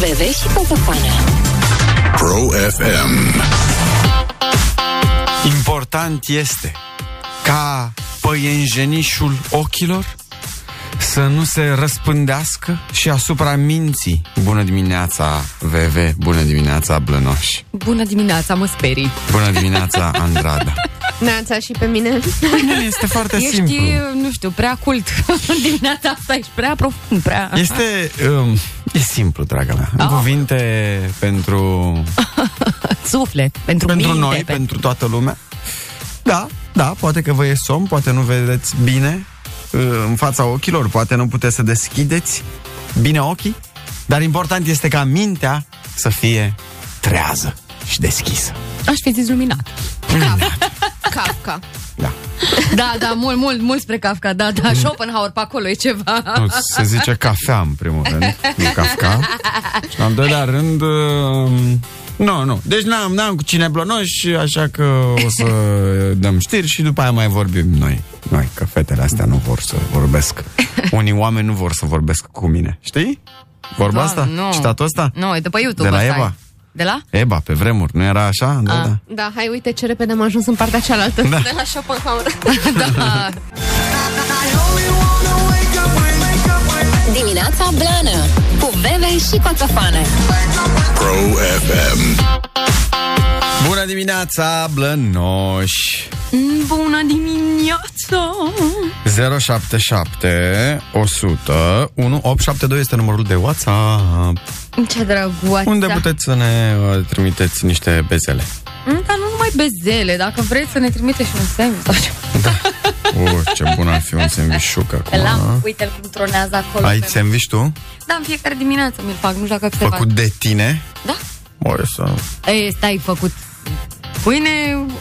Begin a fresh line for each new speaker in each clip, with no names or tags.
TV și ca să fană.
Pro FM.
Important este ca păienjenișul ochilor să nu se răspândească și asupra minții. Bună dimineața, VV, bună dimineața, Blănoș,
Bună dimineața, mă sperii.
bună dimineața, Andrada.
Neața și pe mine.
Nu, este foarte
Ești,
simplu.
nu știu, prea cult. dimineața asta ești prea profund, prea...
Este, um, e simplu, draga mea. În cuvinte pentru,
Suflet, pentru,
pentru
minte,
noi, pentru... pentru toată lumea. Da, da, poate că vă e somn, poate nu vedeți bine uh, în fața ochilor, poate nu puteți să deschideți bine ochii, dar important este ca mintea să fie trează și deschisă.
Aș fi zis luminat.
Kafka.
Da.
Da, da, mult, mult, mult spre Kafka, da,
Mm.
da, Schopenhauer, pe acolo e ceva.
Nu, se zice cafea în primul rând, nu cafca. Și în al doilea rând... uh, Nu, nu. Deci n-am, n-am cu cine blonoși, așa că o să dăm știri și după aia mai vorbim noi. Noi, că fetele astea nu vor să vorbesc. Unii oameni nu vor să vorbesc cu mine. Știi? Vorba
Doamne,
asta?
Da, nu.
Citatul ăsta?
Nu, e de pe YouTube.
De la
ăsta e.
Eva.
De la?
Eba, pe vremuri, nu era așa? Da, da.
Da, hai uite ce repede am ajuns în partea cealaltă. Da. De la Schopenhauer.
da.
Dimineața Blană Cu Veve și Coțofană
Pro FM.
Bună dimineața, blănoși!
Bună dimineața!
077 100 1872 este numărul de WhatsApp.
ce drăguață.
Exact.
Unde puteți să ne uh, trimiteți niște bezele?
Mm, Dar nu numai bezele, dacă vreți să ne trimite și un semn sau ceva.
Uh, ce bun ar fi un sandvișuc acum.
Da. Îl am,
a?
uite-l cum tronează acolo.
Ai
pe-
sandviș tu?
Da, în fiecare dimineață mi-l fac, nu știu dacă ați observat.
Făcut de tine?
Da.
Ori să...
E, stai, făcut. Pâine,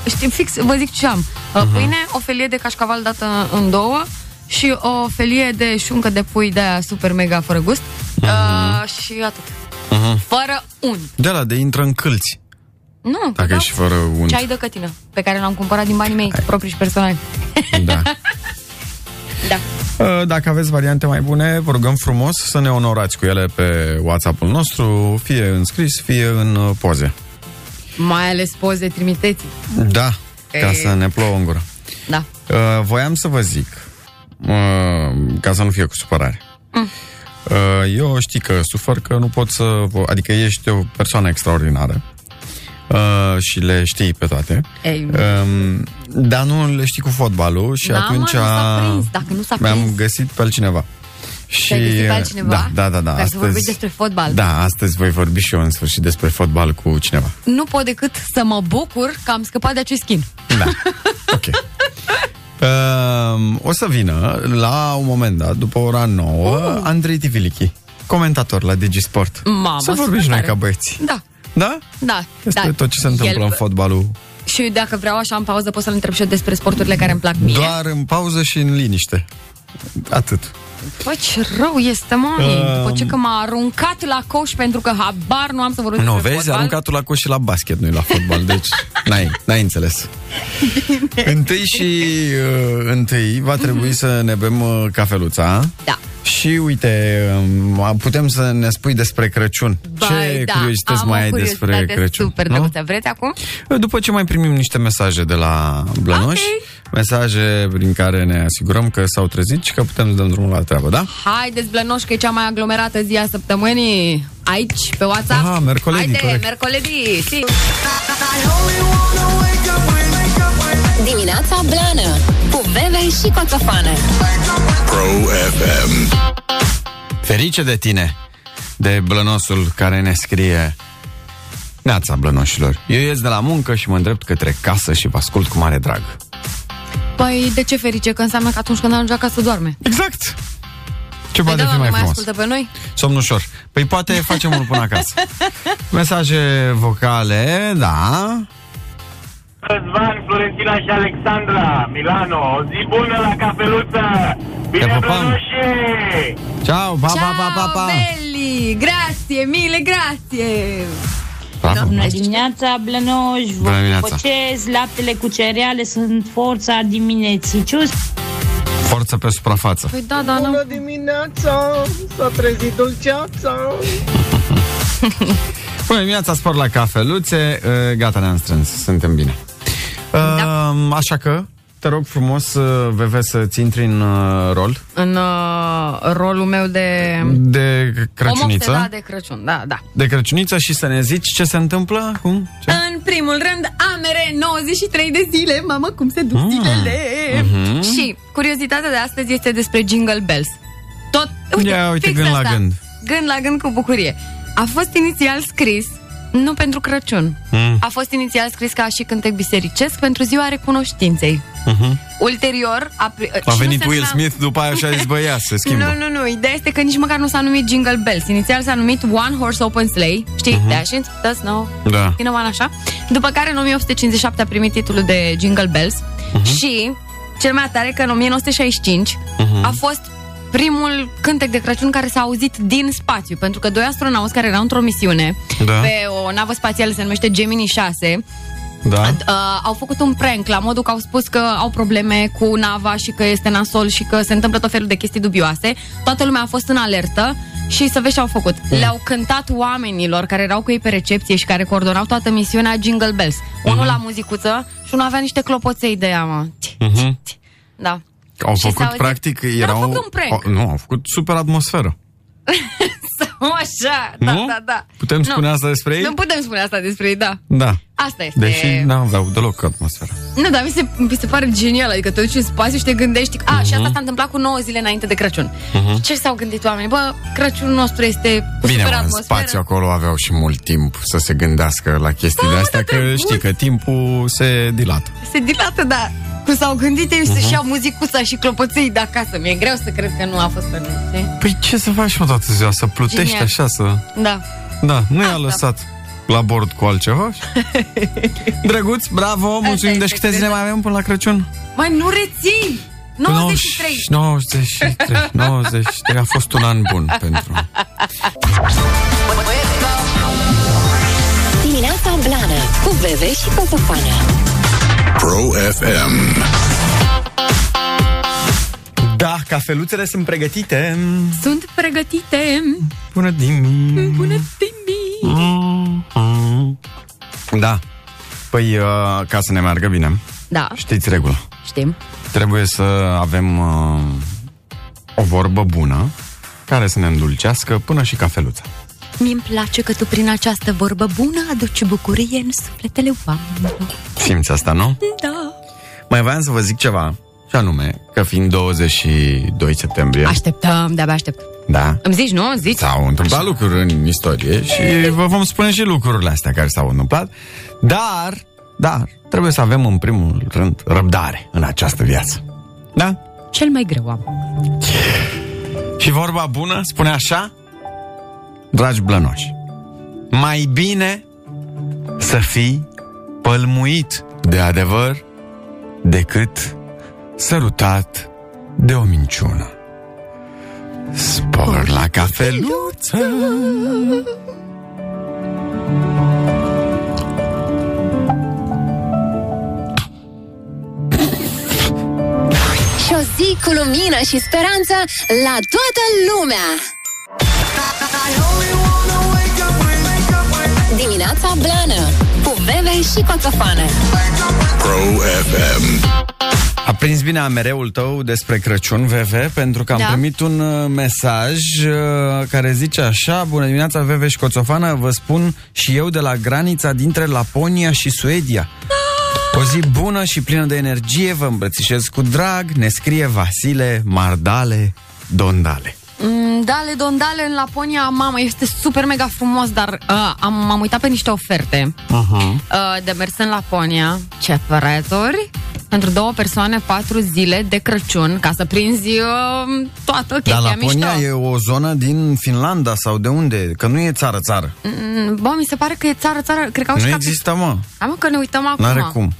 știi, fix, vă zic ce am.
Mhm.
Uh-huh. Pâine, o felie de cașcaval dată în două și o felie de șuncă de pui de aia super mega fără gust.
Mhm.
Uh-huh. Uh, și atât. Uh-huh. Fără unt.
De la de intră în câlți.
Nu,
Dacă
da?
ești fără unt.
Ceai de cătină, pe care l-am cumpărat din banii mei proprii și personali.
Da.
Da.
Uh, Dacă aveți variante mai bune, vă rugăm frumos să ne onorați cu ele pe WhatsApp-ul nostru, fie în scris, fie în uh, poze.
Mai ales poze trimiteți.
Da, ca
Ei.
să ne plouă în gură.
Da.
Uh, voiam să vă zic, uh, ca să nu fie cu supărare.
Mm.
Uh, eu știi că sufăr, că nu pot să... vo- Adică ești o persoană extraordinară uh, și le știi pe toate.
Ei,
Um, dar nu le știi cu fotbalul și
Da, mă,
atunci
nu s-a
a-
prins, dacă nu s-a
mi-am
prins.
găsit pe altcineva. Și,
găsit pe altcineva?
Da, da, da. da
Ca să vorbiți despre fotbal.
Da, astăzi voi vorbi și eu în sfârșit despre fotbal cu cineva.
nu pot decât să mă bucur că am scăpat de acest chin.
Da. Ok. Um, o să vină la un moment dat, după ora 9, uh. Andrei Tivilichi, comentator la Digisport.
Oh. Mamă,
să
super
vorbim și noi
tare.
ca băieți.
Da,
Da?
da,
Despre
da.
tot ce se întâmplă
El-
în fotbalul.
Și dacă vreau așa în pauză pot să-l întreb și eu despre sporturile care îmi plac mie.
Doar în pauză și în liniște. Atât.
Bă, ce rău este, mami!
Um,
Um... După ce că m-a aruncat la coș pentru că habar nu am să vorbesc
Nu,
despre
vezi,
fotbal.
aruncatul la coș și la basket, nu la fotbal, deci n-ai, n-ai înțeles. Întâi și uh, întâi va trebui să ne bem uh, cafeluța.
Mhm. Da.
Și uite, um, putem să ne spui despre Crăciun. Ce
Bai, da,
curiozități
am
mai
o
ai despre
curiozitate
Crăciun?
Super
nu? Uh,
drăguță. Vreți acum?
După ce mai primim niște mesaje de la Blănoș,
Ok.
mesaje prin care ne asigurăm că s-au trezit și că putem să dăm drumul la treabă, da?
Haideți, Blănoș, că e cea mai aglomerată zi a săptămânii. Aici, pe WhatsApp.
Aha, mercoledii,
Haide,
corect.
mercoledii, si.
Dimineața Blană Cu Veve și Coțofană
Pro FM.
Ferice de tine, de blănosul care ne scrie Neața blănoșilor, eu ies de la muncă și mă îndrept către casă și vă ascult cu mare drag.
Păi, de ce ferice? Că înseamnă că atunci când ajunge acasă doarme.
Exact! Ce
Păi
poate
da,
fi
nu
mai
mai
frumos?
ascultă pe noi?
Somn ușor. Păi poate facem unul până acasă. Mesaje vocale, da.
Răzvan, Florentina și Alexandra, Milano, o zi bună la cafeluță!
Te
Bine,
pupăm!
Brănoșe!
Ciao, pa, pa, pa, pa, pa.
belli! Grazie, mille grazie!
Bravo.
Bună dimineața, Blănoș,
Bună
vă
dimineața.
păcez, laptele cu cereale sunt forța dimineții. Cius!
Forță pe suprafață.
Păi da, da, nu.
Bună dimineața, s-a trezit dulceața
Bună dimineața, spor la cafeluțe. Uh, Gata, ne-am strâns. Suntem bine. Uh,
Da.
Așa că, te rog frumos, uh, VV, să-ți intri în uh, rol
În uh, rolul meu de...
de
Om
Crăciuniță.
obsedat de Crăciun, da, da.
De Crăciuniță și să ne zici ce se întâmplă, cum, ce...
În primul rând, amere 93 de zile. Mamă, cum se
Ah,
duc zilele!
mhm.
Și curiozitatea de astăzi este despre Jingle Bells. Tot, uite,
Ia uite
fix
gând la
asta.
gând.
Gând la gând cu bucurie. A fost inițial scris nu pentru Crăciun.
Mm.
A fost inițial scris ca și cântec bisericesc pentru ziua recunoștinței. Ulterior a, pri- și
Mhm. A
nu
venit
se
Will
numea-
Smith după aia și a zis, bă, ia, se schimbă.
nu, nu, nu, ideea este că nici măcar nu s-a numit Jingle Bells. Inițial s-a numit One Horse Open Sleigh, știi? Uh-huh. Dash into the snow.
Mhm. Da.
Din oman așa. După care în 1857 a primit titlul de Jingle Bells
Mhm.
uh-huh. și cel mai tare că în 1965
Mhm.
uh-huh. a fost primul cântec de Crăciun care s-a auzit din spațiu, pentru că doi astronauți care erau într-o misiune
Da.
pe o navă spațială se numește Gemini 6,
Da.
Ad- uh, au făcut un prank la modul că au spus că au probleme cu nava și că este nasol și că se întâmplă tot felul de chestii dubioase. Toată lumea a fost în alertă și să vezi ce au făcut.
Mm.
Le-au cântat oamenilor care erau cu ei pe recepție și care coordonau toată misiunea Jingle Bells.
Mm-hmm.
Unul la muzicuță și unul avea niște clopoței de ea, mă. Ți,
Mm-hmm.
ți, ți. Da.
Au
Și s-a
făcut,
auzit-
practic,
Dar
erau...
Au făcut un prank.
Au- Nu, au făcut super atmosferă.
Sau așa, da,
Nu?
da, da.
Putem
Nu.
spune asta despre ei?
Nu putem spune asta despre ei, da.
Da.
Asta este.
Deși n-aveau deloc atmosferă.
Nu, dar mi se, mi se pare genial, adică te duci în spațiu și te gândești, a, uh-huh. și asta
Mhm.
s-a întâmplat cu 9 zile înainte de Crăciun. Uh-huh. Ce s-au gândit oamenii? Bă, Crăciunul nostru este cu
Bine,
super
mă, în
atmosferă.
spațiu acolo aveau și mult timp să se gândească la chestii de astea, că știi că timpul se dilată.
Se dilată, da. Cum s-au gândit ei
Mhm.
uh-huh. să-și iau muzicuța și clopoței de acasă. Mi-e greu să cred că nu a fost pe noi, știi?
Păi ce să faci, mă, toată ziua? Să plutești
Genial.
așa, să...
Da.
Da, nu i-a
Asta.
lăsat la bord cu altceva. Drăguț, bravo, mulțumim.
este
Deci câte zile
crezut.
mai avem până la Crăciun?
Mai nu reții! 93!
93, 93. A fost un an bun pentru...
Dimineața Blană Cu Veve și Coțofană
Pro FM.
Da, cafeluțele sunt pregătite.
Sunt pregătite!
Bună dimineața!
Bună timbi!
Da. Păi, uh, ca să ne meargă bine,
Da,
știți regula.
știm.
Trebuie să avem uh, o vorbă bună care să ne îndulcească până și cafeluța.
mi îmi place că tu prin această vorbă bună aduci bucurie în sufletele oamenilor.
Simți asta, nu?
Da.
Mai voiam să vă zic ceva, și anume că fiind 22 septembrie,
Așteptăm, de-abia aștept.
da,
Îmi zici, nu? Îmi zici?
s-au întâmplat lucruri în istorie și vă vom spune și lucrurile astea care s-au întâmplat, dar, dar, trebuie să avem în primul rând răbdare în această viață. Da?
Cel mai greu am.
Și vorba bună spune așa, dragi blănoși, mai bine să fii pălmuit de adevăr decât sărutat de o minciună. Spor la cafeluță!
Și o zi cu lumină și speranță La toată lumea Dimineața Blană Cu Veve și Coțofană
Pro FM.
A prins bine amereul tău despre Crăciun, VV, pentru că am
Da.
primit un uh, mesaj uh, care zice așa Bună dimineața, VV și Coțofană, vă spun și eu de la granița dintre Laponia și Suedia
Ah!
O zi bună și plină de energie, vă îmbrățișez cu drag, ne scrie Vasile Mardale Dondale
Mm, dale, dondale, în Laponia, mamă, este super mega frumos, dar uh, am, m-am uitat pe niște oferte
uh-huh.
uh, de mers în Laponia. Ce prețuri? Pentru două persoane, patru zile de Crăciun, ca să prinzi uh, toată
Dar
chestia
Laponia
mișto.
e o zonă din Finlanda sau de unde? Că nu e țară-țară
Mm, Bă, mi se pare că e țară, țară, cred că au
Nu
și
există, mă,
Hai mă, că ne uităm acum.
n-are cum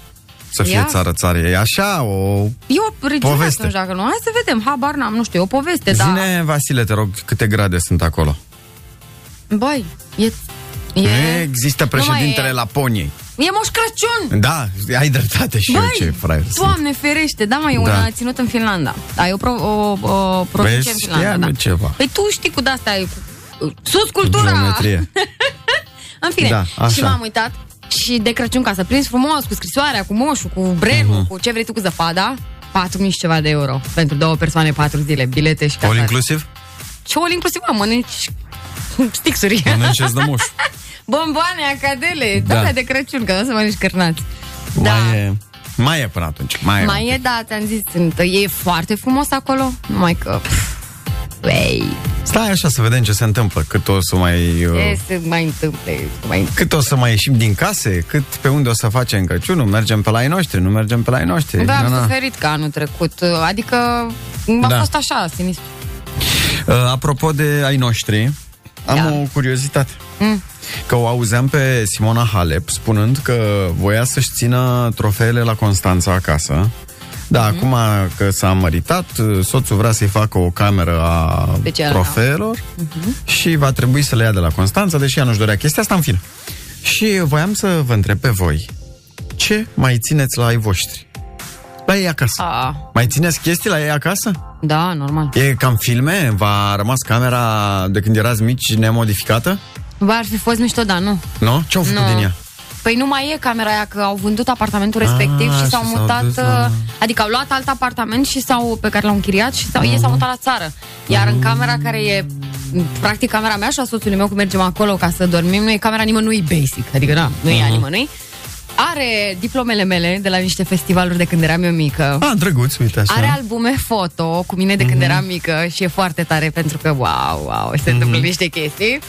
să fie
Ia.
țară-țară, e așa o
E o regiune
Poveste.
atunci, dacă nu. Hai să vedem, habar n-am, nu știu, e o poveste, da.
Zine, Vasile, te rog, câte grade sunt acolo?
Băi, e...
E...
E,
Nu există președintele
e.
Laponiei.
e Moș Crăciun!
Da, ai dreptate și eu ce fraier sunt.
Doamne ferește, da, mai e
Da.
da. un ținut în Finlanda. Ai o, pro, o, o producție
Vezi,
în Finlanda,
știam eu
da.
ceva.
Păi tu știi cu de-asta, e cu... Sus cultura!
Geometrie.
În fine,
Da,
și
așa.
m-am uitat și de Crăciun ca să prins frumos cu scrisoarea, cu moșul, cu
Mhm.
brenul, uh-huh. cu ce vrei tu, cu zăpada, 4000 și ceva de euro pentru două persoane, patru zile, bilete și
All
casare.
inclusiv?
Și all inclusiv, mă, mănânci stixuri.
Mănânci și-ți dă moș.
Bomboane, acadele,
Da.
da. de Crăciun, că nu se mănânci cârnați. Da.
Mai e, mai e până atunci. Mai e.
Mai e, da, ți-am zis, sunt, e foarte frumos acolo, numai că... Pf, Uei,
Stai așa să vedem ce se întâmplă, cât o să mai... uh,
ce se mai întâmplă? Mai...
Cât o să mai ieșim din case, cât pe unde o să facem Crăciunul, mergem pe la ei noștri, nu mergem pe la ei noștri.
Da, am
Na, na.
suferit ca anul trecut, adică a
Da.
da. fost așa, sinistru.
Uh, apropo de ai noștri, am
Da.
o curiozitate. Mm. Că o auzeam pe Simona Halep spunând că voia să-și țină trofeele la Constanța acasă. Da,
Mhm.
mm. acum că s-a măritat, soțul vrea să-i facă o cameră a
Specială, da.
trofeelor mm-hmm. și va trebui să le ia de la Constanța, deși ea nu-și dorea chestia asta, în fine. Și voiam să vă întreb pe voi, ce mai țineți la ai voștri? La ei acasă. A.
Ah,
Mai țineți chestii la ei acasă?
da, normal.
E cam filme? V-a rămas camera de când erați mici nemodificată?
Bă, ar fi fost mișto, da, nu.
Nu? Ce-au făcut
Nu.
din ea?
Păi nu mai e camera aia, că au vândut apartamentul respectiv
Ah,
și
și s-au
s-au mutat,
dus la-
uh, adică au luat alt apartament și s-au, pe care l-au închiriat și s-au, ei
Ah.
s-au mutat la țară. Iar în camera care e m, practic camera mea și a soțului meu, cum mergem acolo ca să dormim, nu e camera nimănui basic, adică na, nu e a nimănui. Are diplomele mele de la niște festivaluri de când eram eu mică.
Ah, drăguț, uite așa.
Are albume foto cu mine de când
Mhm.
eram mică și e foarte tare pentru că, wow, wow, se întâmplă niște chestii.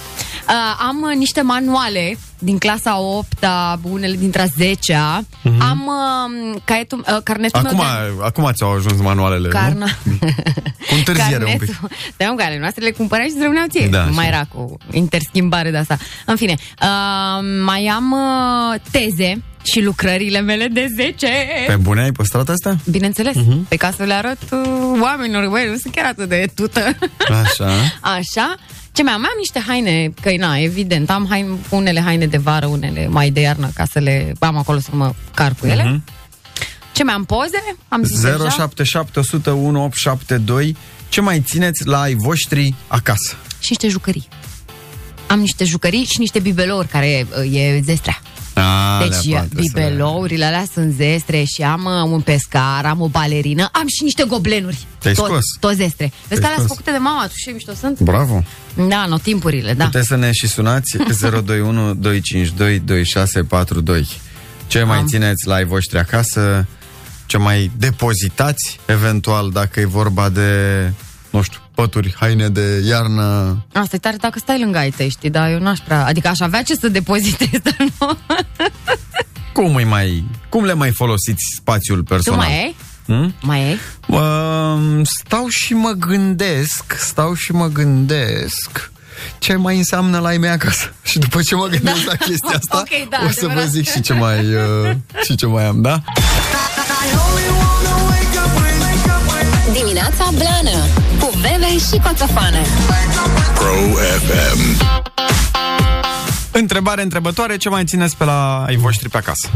Uh, am uh, niște manuale din clasa 8 unele dintre a 10 Am uh, caietul, uh, carnetul
Mhm. Acum,
meu de...
acum ți-au ajuns manualele, nu?
Carna...
Cu întârziere un pic.
Carnetul. Da, mă, care noastre le cumpărai și îți rămâneau ție.
Da,
Da,
așa.
mai era cu interschimbare de asta. În fine, uh, mai am uh, teze și lucrările mele de 10.
Pe bune ai păstrat astea?
Bineînțeles,
Mhm.
uh-huh. pe ca să le arăt uh, oamenilor, băi, nu sunt chiar atât de tută.
Așa.
Așa. Ce mai am? Mai am niște haine, că na, evident, am haine, unele haine de vară, unele mai de iarnă, ca să le am acolo să mă car cu ele.
Mhm.
Uh-huh. Ce mai am poze? Am zis deja.
077 101 872 Ce mai țineți la ai voștri acasă?
Și niște jucării. Am niște jucării și niște bibelouri, care uh, e zestrea.
A,
Deci bibelourile alea sunt zestre și am uh, un pescar, am o balerină, am și niște goblenuri.
Te-ai
Tot-
scos.
Tot zestre. Vezi că
scos.
alea sunt făcute de mama, tu și mișto sunt?
Bravo!
Da, no, timpurile, da.
Puteți să ne și sunați 021 252 2642. Ce mai țineți la ai voștri acasă? Ce mai depozitați eventual dacă e vorba de, nu știu, pături, haine de iarnă?
Asta e tare dacă stai lângă ai tăi, știi, dar eu n-aș prea... Adică aș avea ce să depozitez, dar nu.
Cum, îi mai, cum le mai folosiți spațiul
Tu
personal?
mai ai?
Hmm?
Mai ai?
Um, stau și mă gândesc, stau și mă gândesc ce mai înseamnă la ei mea acasă. Și după ce mă gândesc da. la chestia asta,
Ok, da,
o să vă
adevărat.
zic și ce mai, uh, și ce mai am, da?
Dimineața Blană Cu Bebe și Coțofană
Pro FM.
Întrebare întrebătoare, ce mai țineți pe la ai voștri pe acasă?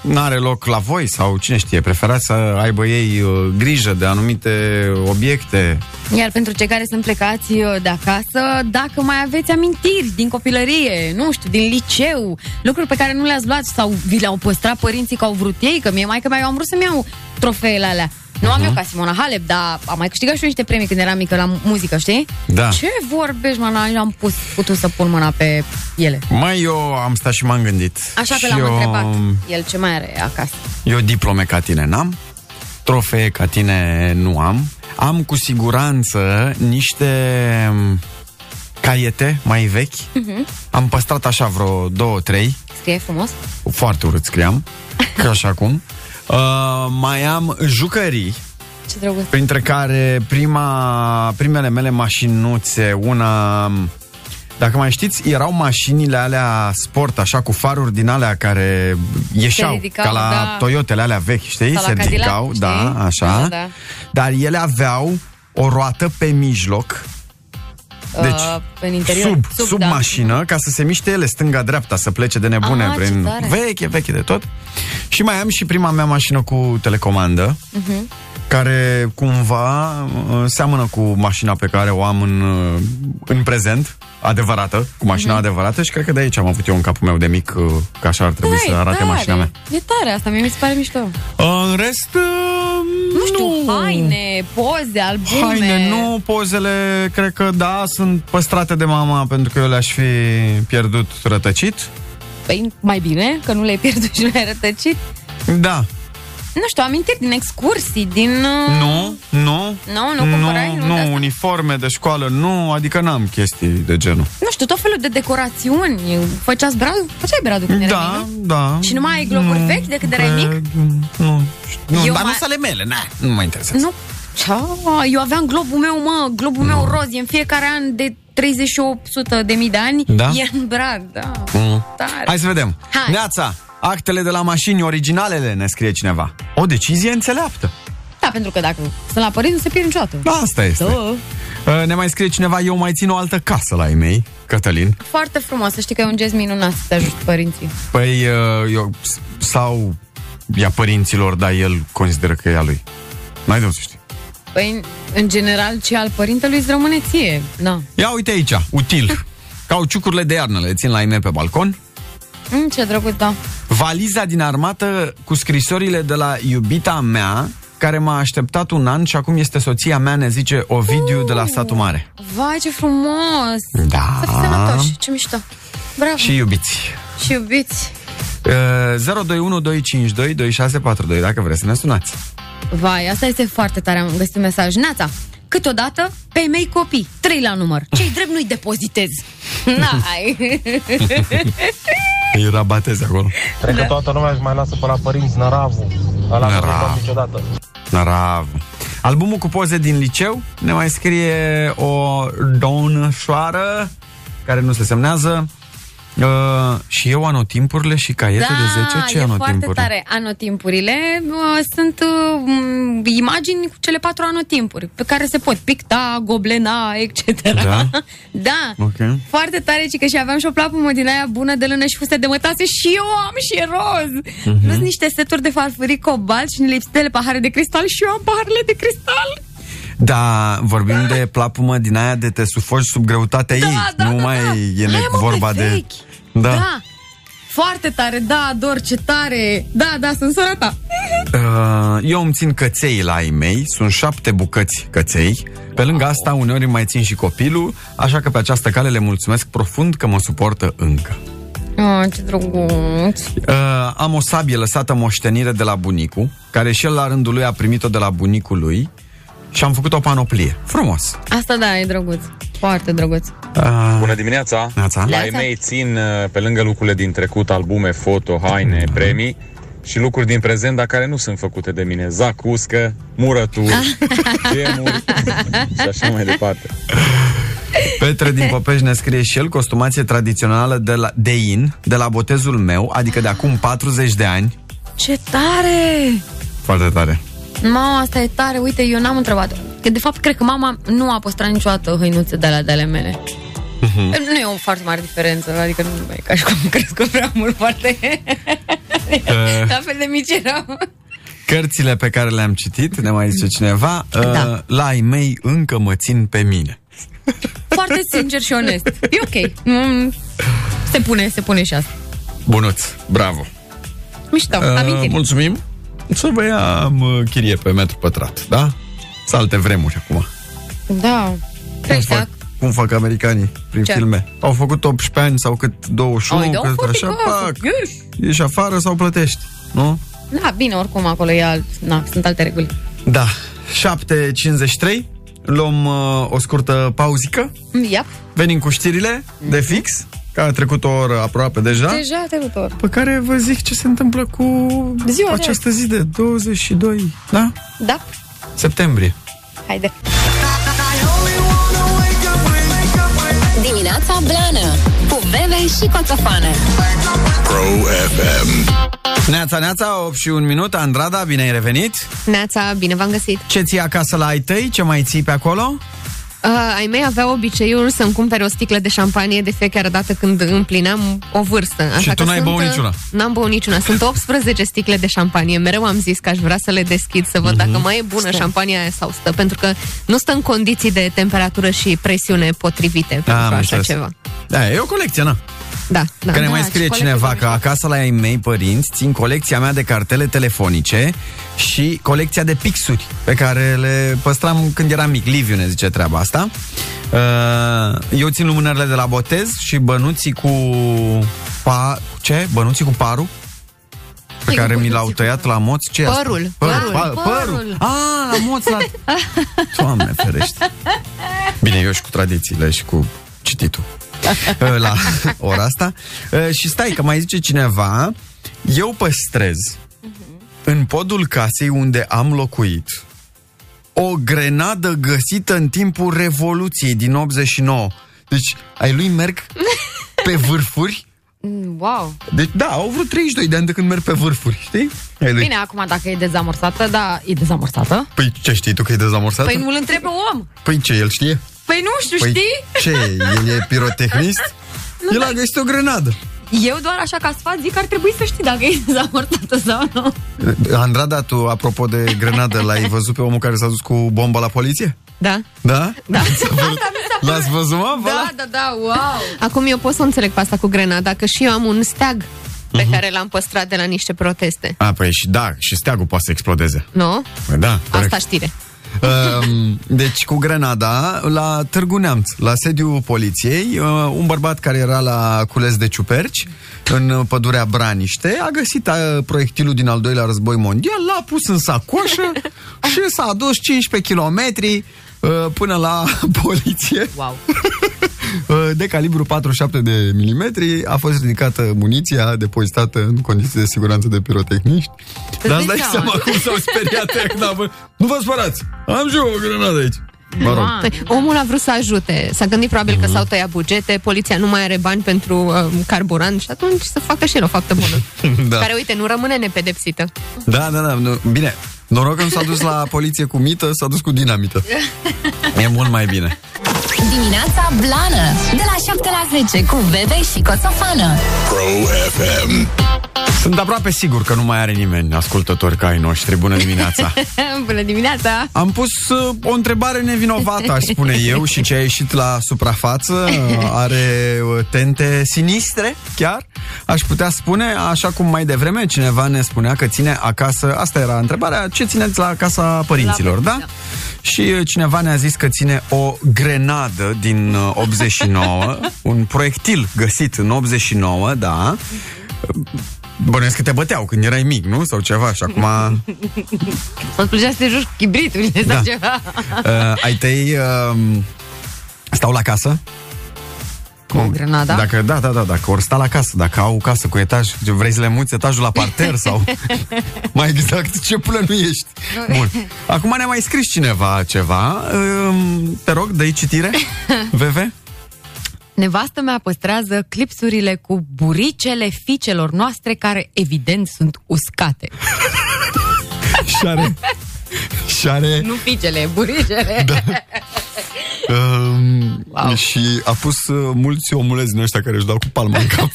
N-are loc la voi sau cine știe, preferați să aibă ei uh, grijă de anumite obiecte?
Iar pentru cei care sunt plecați uh, de acasă, dacă mai aveți amintiri din copilărie, nu știu, din liceu, lucruri pe care nu le-ați luat sau vi le-au păstrat părinții că au vrut ei, că mie mai că mai am vrut să-mi iau trofeele alea. Nu am eu
Mhm.
ca Simona Halep, dar am mai câștigat și eu niște premii când eram mică la mu- muzică, știi?
Da.
Ce vorbești, mă, n-am pus, putut să pun mâna pe ele.
Mai eu am stat și m-am gândit.
Așa că
Și
l-am
eu,
întrebat. El ce mai are acasă?
Eu diplome ca tine n-am, trofee ca tine nu am, am cu siguranță niște um, caiete mai vechi,
Mhm.
am păstrat așa vreo două, trei,
Scrie frumos?
foarte urât scriam, ca și acum. Uh, mai am jucării,
Ce drăguț.
Printre care prima, primele mele mașinuțe, una... Dacă mai știți, erau mașinile alea sport, așa, cu faruri din alea care ieșeau,
ridicau,
ca la
da.
Toyotele alea vechi, știi?
Sau la
Se
Cadillac,
ridicau,
știi?
da, așa.
Da, da.
Dar ele aveau o roată pe mijloc, deci,
Uh, în interior.
sub, sub,
Sub,
sub
da.
mașină, ca să se miște ele stânga-dreapta, să plece de nebune
Ah, ce
prin
tare. Mhm.
veche, veche de tot. Și mai am și prima mea mașină cu telecomandă. care cumva uh, seamănă cu mașina pe care o am în, uh, în prezent, adevărată, cu mașina
Mhm.
mm-hmm. adevărată și cred că de aici am avut eu în capul meu de mic uh, că așa ar trebui să
Da, e
arate
tare.
mașina mea.
E tare asta, mie mi se pare mișto.
Uh, În rest, uh,
Nu știu, haine, poze, albume.
Haine, nu, pozele, cred că da, sunt păstrate de mama pentru că eu le-aș fi pierdut rătăcit.
Păi, mai bine, că nu le-ai pierdut și nu le-ai rătăcit.
Da.
Nu știu, amintiri din excursii, din... uh,
Nu, nu.
Nu, nu cumpărai,
nu,
nu, de asta?
nu uniforme de școală, nu, adică n-am chestii de genul.
Nu știu, tot felul de decorațiuni. Făceați brad? Făceai bradul când erai
Da,
mic, nu?
da.
Și nu mai ai globuri vechi de când erai mic?
cred, Nu, știu. nu
Eu
dar
mai-
nu sunt ale mele, na, nu mă interesează.
Nu. Cea, eu aveam globul meu, mă, globul meu roz, e în fiecare an de 3800 de mii de ani,
Da?
e în brad, da.
Mm.
Tare.
Hai să vedem.
Hai.
Neața, actele de la mașini originalele, ne scrie cineva. O decizie înțeleaptă.
Da, pentru că dacă sunt la părinți, nu se pierd niciodată.
Asta este.
Da.
Uh, Ne mai scrie cineva, eu mai țin o altă casă la ei mei, Cătălin.
Foarte frumos, să știi că e un gest minunat să te ajute părinții.
Păi, uh, eu, s- sau ia părinților, dar el consideră că e a lui. N-ai de unde să știi.
Păi, în general, ce al părintelui îți rămâne ție. Da. Na.
Ia uite aici, util. Cauciucurile de iarnă le țin la ei mei pe balcon.
Mm, ce drăguț, da.
Valiza din armată cu scrisorile de la iubita mea, care m-a așteptat un an și acum este soția mea, ne zice Ovidiu de la Satul Mare.
Vai, ce frumos!
Da.
Să fii sănătoși, ce mișto. Bravo.
Și
Și,
iubiți.
și iubiți.
Uh, 021 252 2642, dacă vreți să ne sunați.
Vai, asta este foarte tare, am găsit un mesaj. Nața, câteodată pe ai mei copii, trei la număr. Cei drept nu-i depozitez. N-ai.
Îi rabatezi acolo.
Cred
Da.
că toată lumea își mai lasă pe la părinți năravul. Ăla
Nărav.
nu l-am niciodată.
Narav. Albumul cu poze din liceu ne mai scrie o domnșoară care nu se semnează. Uh, și eu anotimpurile și caiete de 10, ce
Da, e foarte
anotimpuri?
tare. Anotimpurile uh, sunt uh, m, imagini cu cele patru anotimpuri pe care se pot picta, goblena, etc.
Da?
da.
Ok.
Foarte tare, ci că și aveam și o plapumă din aia bună de lână și fuste de mătase și eu am și e roz.
Mhm.
Uh-huh. Plus niște seturi de farfurii cobalt și lipsitele pahare de cristal și eu am paharele de cristal.
Da, vorbim de plapumă din aia de te sufoci sub greutatea ei.
Da, da,
nu
da,
mai
da.
e
Hai,
ne-
mă,
vorba
pe
de...
vechi. Da. da. Foarte tare, da, ador, ce tare. Da, da, sunt sora ta.
Uh, eu îmi țin căței la ei mei, sunt șapte bucăți căței. Pe lângă asta, uneori îmi mai țin și copilul, așa că pe această cale le mulțumesc profund că mă suportă încă.
Oh, ce drăguț.
Uh, am o sabie lăsată moștenire de la bunicul, care și el la rândul lui a primit-o de la bunicul lui și am făcut o panoplie. Frumos! Uh,
Asta da, e drăguț. Foarte drăguț.
Bună dimineața!
Neața.
La ei mei țin, uh, pe lângă lucrurile din trecut, albume, foto, haine, premii și lucruri din prezent, dar care nu sunt făcute de mine. Zac, uscă, murături, gemuri și așa mai departe.
Petre din Popeș ne scrie și el costumație tradițională de, la, de in, de la botezul meu, adică de acum 40 de ani.
Ce tare!
Foarte tare.
Mama, asta e tare. Uite, eu n-am întrebat. Că de fapt, cred că mama nu a păstrat niciodată hăinuțe de la de ale mele.
Mhm.
Nu e o foarte mare diferență, adică nu mai e ca și cum cresc cu prea mult foarte...
Uh, Eh.
La fel de mici eram.
Cărțile pe care le-am citit, ne mai zice cineva, uh,
Da.
la ei mei încă mă țin pe mine.
Foarte sincer și onest. E ok. Mm. Se pune, se pune și asta.
Bunuț, bravo!
Mișto, uh,
Uh,
amintiri.
mulțumim! Să vă iam uh, chirie pe metru pătrat, da? Sunt alte vremuri acum.
Da.
Cum
Crește
fac,
ac-
cum fac americanii prin
Ce?
filme. Au făcut 18 ani sau cât 21,
Ai, da,
cât
foarte
așa,
gata,
pac,
iuși.
ieși afară sau plătești, nu?
Da, bine, oricum acolo e alt... Na, sunt alte reguli.
Da, 7.53, luăm uh, o scurtă pauzică,
Iap.
venim cu știrile de fix, că a trecut o oră aproape deja,
Deja te rutor.
pe care vă zic ce se întâmplă cu
Ziua de
această zi de 22, da?
Da.
Septembrie.
Haide.
Dimineața Blană Cu Bebe și Coțofană
Pro FM,
Neața, neața, 8 și un minut, Andrada, bine ai revenit.
Neața, bine v-am găsit.
Ce ții acasă la ai tăi? Ce mai ții pe acolo?
Uh, ai mei avea obiceiul să-mi cumpere o sticlă de șampanie de fiecare dată când împlineam o vârstă. Așa
tu
că
n-ai
sunt,
băut
uh,
niciuna?
N-am băut niciuna. Sunt 18 sticle de șampanie. Mereu am zis că aș vrea să le deschid, să văd
Mhm.
dacă mai e bună șampania aia sau stă. Pentru că nu stă în condiții de temperatură și presiune potrivite pentru
Ah, am
așa
înțeles.
ceva.
Da, e o colecție, na.
Da, da.
Că ne
da,
mai
și
scrie
colecție
cineva
de
că acasă la ei mei părinți țin colecția mea de cartele telefonice și colecția de pixuri pe care le păstram când eram mic. Liviu ne zice treaba asta. Uh, Eu țin lumânările de la botez și bănuții cu... Pa... Ce? Bănuții cu paru? Pe
Ei,
care mi
bănuții
l-au
cu
tăiat la moț? Ce e asta?
Părul,
Părul.
părul,
pa- părul.
părul.
Ah, la moț, la... Doamne ferește. Bine, eu și cu tradițiile și cu cititul uh, la ora asta. Uh, Și stai, că mai zice cineva, eu păstrez în podul casei unde am locuit o grenadă găsită în timpul Revoluției din 89. Deci, ai lui merg pe vârfuri.
Wow.
Deci, da, au vrut 32 de ani de când merg pe vârfuri, știi? Ai lui.
Bine, acum dacă e dezamorsată, da, e dezamorsată.
Păi ce știi tu că e dezamorsat?
Păi
Păi,
nu-l întreb pe om.
păi ce, el știe?
Păi nu știu,
Păi
știi?
ce, el e pirotehnist? el a găsit o grenadă.
Eu doar așa ca sfat zic că ar trebui să știi dacă e dezamorsată sau nu.
Andrada, tu, apropo de grenadă, l-ai văzut pe omul care s-a dus cu bomba la poliție?
Da.
Da?
Da.
L-ați văzut, mă? pe ăla?
Da, da, da, wow.
Acum eu pot să înțeleg pe asta cu grenada, că și eu am un steag pe
Mhm.
care l-am păstrat de la niște proteste.
A, păi și da, și steagul poate să explodeze.
Nu?
Da, corect.
Asta știre.
Um, deci cu grenada la Târgu Neamț, la sediul poliției, uh, un bărbat care era la cules de ciuperci în uh, pădurea Braniște a găsit uh, proiectilul din al doilea război mondial, l-a pus în sacoșă și s-a adus 15 kilometri uh, până la poliție.
Wow.
Uh, de calibru 47 de milimetri, a fost ridicată muniția depozitată în condiții de siguranță de pirotehniști. Dar îți dai
dai
seama
seama
cum s-au speriat ăia când au văzut, Nu vă spărați! Am și eu o grenadă aici! Mă rog.
Ah.
Păi, omul a vrut să ajute. S-a gândit probabil
Mhm.
că s-au tăiat bugete, poliția nu mai are bani pentru um, carburant și atunci să facă și el o faptă bună.
Da.
Care, uite, nu rămâne nepedepsită.
da, da, da, nu- bine. Noroc că nu s-a dus la poliție cu mită, s-a dus cu dinamită. E mult mai bine.
Dimineața Blană De la 7 la 10 cu Bebe și Coțofană
Pro FM,
Sunt aproape sigur că nu mai are nimeni ascultători ca ai noștri. Bună dimineața!
Bună dimineața!
Am pus uh, o întrebare nevinovată, aș spune eu, și ce a ieșit la suprafață uh, are uh, tente sinistre, chiar. Aș putea spune, așa cum mai devreme cineva ne spunea că ține acasă, asta era întrebarea, ce țineți la casa părinților, da? Și uh, cineva ne-a zis că ține o grenadă din uh, 89, un proiectil găsit în 89, da. Bănuiesc că te băteau când erai mic, nu? Sau ceva și acum...
Îți plăcea să te joci cu chibriturile
Da.
sau ceva.
Uh, ai tăi uh, stau la casă? Cu
grenada?
Dacă, da, da, da, dacă ori sta la casă, dacă au casă cu etaj, vrei să le muți etajul la parter sau mai exact ce până nu ești. Bun. Acum ne-a mai scris cineva ceva. Uh, te rog, dă-i citire. VV?
Nevastă mea păstrează clipsurile cu buricele fiicelor noastre care evident sunt uscate.
Și are... Și are...
Nu fiicele, buricele. Da.
Um, wow. Și a pus uh, mulți omulezi din ăștia care își dau cu palma în cap.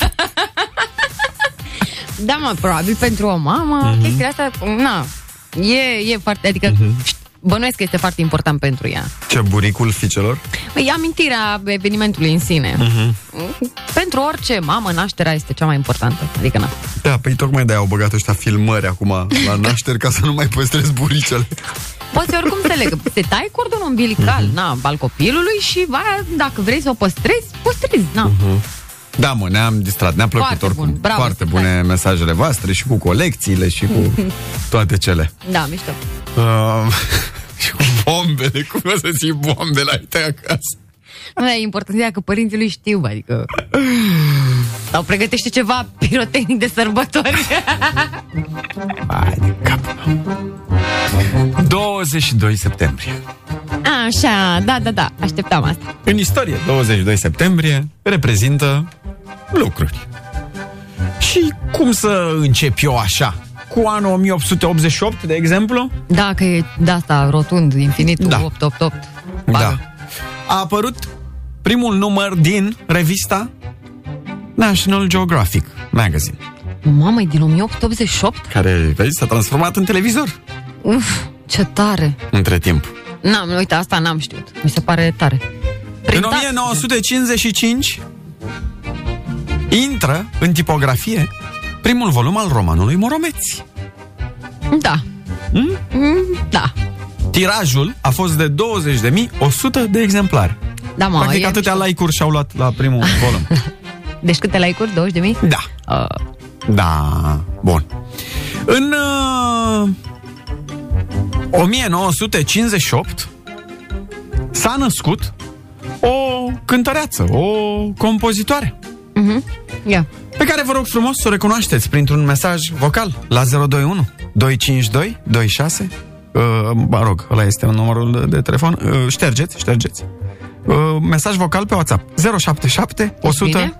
da, mă, probabil pentru o mamă, mm-hmm. chestia asta, na, e, e foarte, adică, mm-hmm. bănuiesc că este foarte important pentru ea.
Ce buricul ficelor?
E amintirea evenimentului în sine. Mm-hmm. Pentru orice mamă, nașterea este cea mai importantă. Adică, na.
Da, păi tocmai de-aia au băgat ăștia filmări acum la nașteri ca să nu mai păstrezi buricele.
Poți oricum să le te tai cordul umbilical, mm-hmm. na, al copilului și aia, dacă vrei să o păstrezi, păstrezi, na. Mm-hmm.
Da, mă, ne-am distrat, ne-a plăcut
Foarte
oricum.
bun, bravo,
Foarte
da.
bune mesajele voastre și cu colecțiile și cu toate cele.
Da, mișto.
Uh, și cu bombele, cum o să ții bombele ai tăi acasă?
Nu e importanția că părinții lui știu, adică... Sau pregătește ceva pirotehnic de sărbători.
Hai de cap. 22 septembrie.
Așa, da, da, da, așteptam asta.
În istorie, 22 septembrie reprezintă lucruri. Și cum să încep eu așa? Cu anul 1888, de exemplu?
Da, că e de asta rotund, infinitul,
Da.
888.
Da. a apărut primul număr din revista National Geographic Magazine,
Mamă, e din 1888?
care, vezi, s-a transformat în televizor
Uf, ce tare!
între timp.
N-am, uite, asta n-am știut. Mi se pare tare.
În
Printat-
1955 intră în tipografie primul volum al romanului Moromeți.
Da.
Hmm?
Mm? Da.
Tirajul a fost de 20.100 de exemplare.
Da, mă,
Practic
e
atâtea
mișto.
like-uri și-au luat la primul volum.
Deci câte like-uri? 20 de mii?
Da. Da, bun. În uh, 1958 s-a născut o cântăreață, o compozitoare,
Mhm. Ia.
pe care vă rog frumos să o recunoașteți printr-un mesaj vocal la 021 252 26 Uh, mă rog, ăla este numărul de- de telefon. Uh, ștergeți, ștergeți. Uh, mesaj vocal pe WhatsApp. 077 100
bine?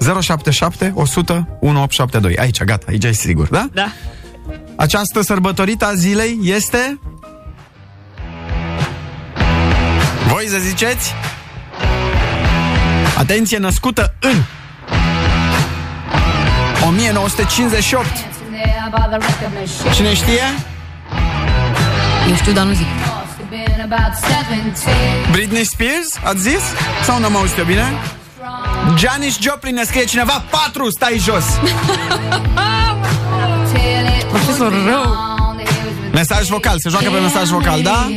077 100 1872. Aici, gata, aici e sigur, da?
Da.
Această sărbătorită a zilei este... Voi să ziceți? Atenție, născută în 1958. Cine știe?
Eu știu, dar nu zic.
Britney Spears, ați zis? Sau n-am auzit eu bine? Janis Joplin ne scrie cineva 4, stai jos!
Profesor rău.
Mesaj vocal, se joacă pe mesaj vocal, da?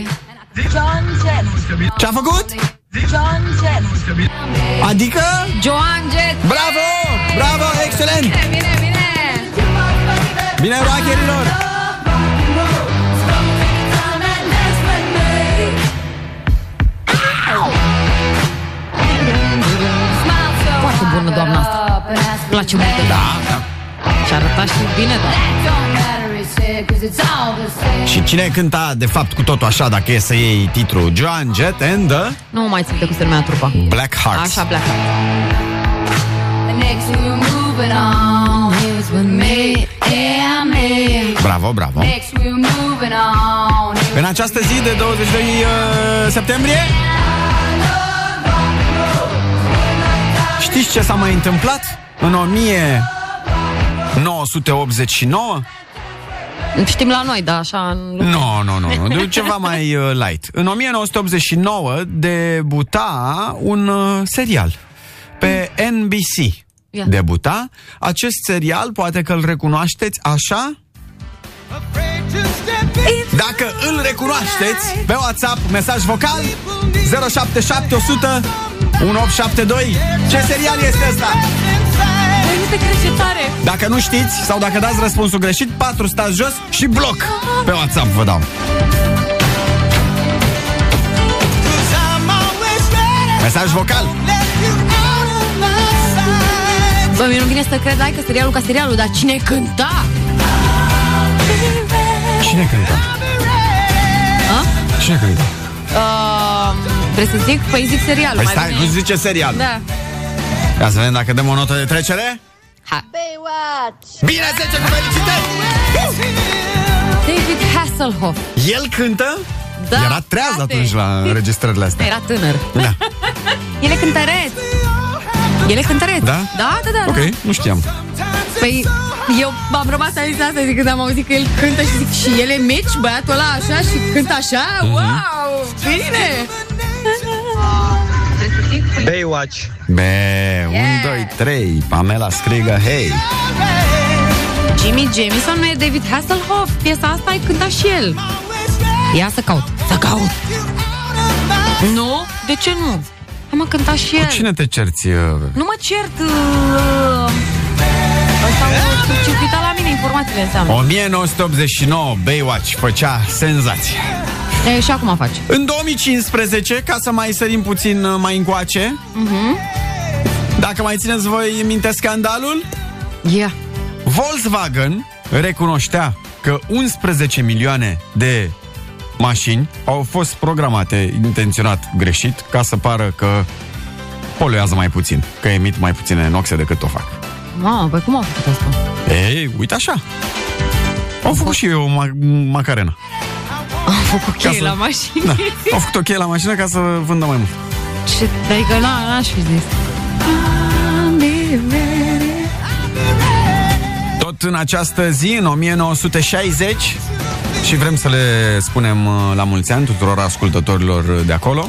Ce-a făcut? Adică?
Joan Jet!
Bravo! Bravo, excelent!
Bine, bine, bine!
Bine, roacherilor!
Foarte bună doamna asta. Îmi place mult. Da, da. Și arăta și bine, da.
Și cine cânta, de fapt, cu totul așa, dacă e să iei titlu? Joan Jett and the
Nu mă mai țin de cum se numea trupa.
Black Hearts.
Așa pleacă.
Bravo, bravo. În această zi de 22 uh, septembrie... Știți ce s-a mai întâmplat? În 1989?
Știm la noi, da, așa... în lume.
Nu, nu, nu, nu. De ceva mai uh, light. În 1989 debuta un uh, serial pe NBC.
Ia.
Debuta. Acest serial, poate că îl recunoașteți așa... Dacă îl recunoașteți, pe WhatsApp, mesaj vocal 077100 1872 Ce serial este ăsta? Dacă nu știți sau dacă dați răspunsul greșit, 4 stați jos și bloc pe WhatsApp vă dau. Mesaj vocal.
Bă, mie nu vine să cred, ai că serialul ca serialul, dar cine cânta?
Cine cântă? Cine cântă?
Uh, vrei să zic? Păi zic serialul.
Păi
mai
stai,
bine.
nu zice serial.
Da.
Ia să vedem dacă dăm o notă de trecere.
Ha.
Bine, 10 cu felicitări!
David Hasselhoff.
El cântă?
Da,
Era treaz
frate.
atunci la înregistrările astea.
Era tânăr.
Da.
El e cântăreț. El e cântăreț.
Da?
Da, da, da.
Ok,
da.
nu știam.
Păi eu m-am rămas aici astăzi când am auzit că el cântă și zic și el e mici, băiatul ăla așa și cântă așa, wow, bine!
Baywatch.
B, 1, 2, 3, Pamela strigă, hei!
Jimmy Jamison nu e David Hasselhoff, piesa asta ai cântat și el. Ia să caut, să caut. Nu? De ce nu? Am a cântat și el.
Cine te cerți? uh,
Nu mă cert... Uh, ăsta a circuitat la mine informațiile înseamnă.
1989, Baywatch făcea senzație.
E, și acum faci.
În 2015, ca să mai sărim puțin uh, mai încoace, dacă mai țineți voi minte scandalul,
Yeah.
Volkswagen recunoștea că 11 milioane de mașini au fost programate intenționat greșit ca să pară că poluează mai puțin, că emit mai puține noxe decât o fac.
Mamă, păi cum au făcut asta?
Ei, uite așa. Am făcut și eu o ma- macarena.
Am făcut
Ca
cheie
să-
la mașină.
Da. Am făcut o cheie la mașină ca să vândă mai mult.
Ce, adică n- n-aș fi zis.
Tot în această zi, în 1960 Și vrem să le spunem uh, la mulți ani tuturor ascultătorilor uh, de acolo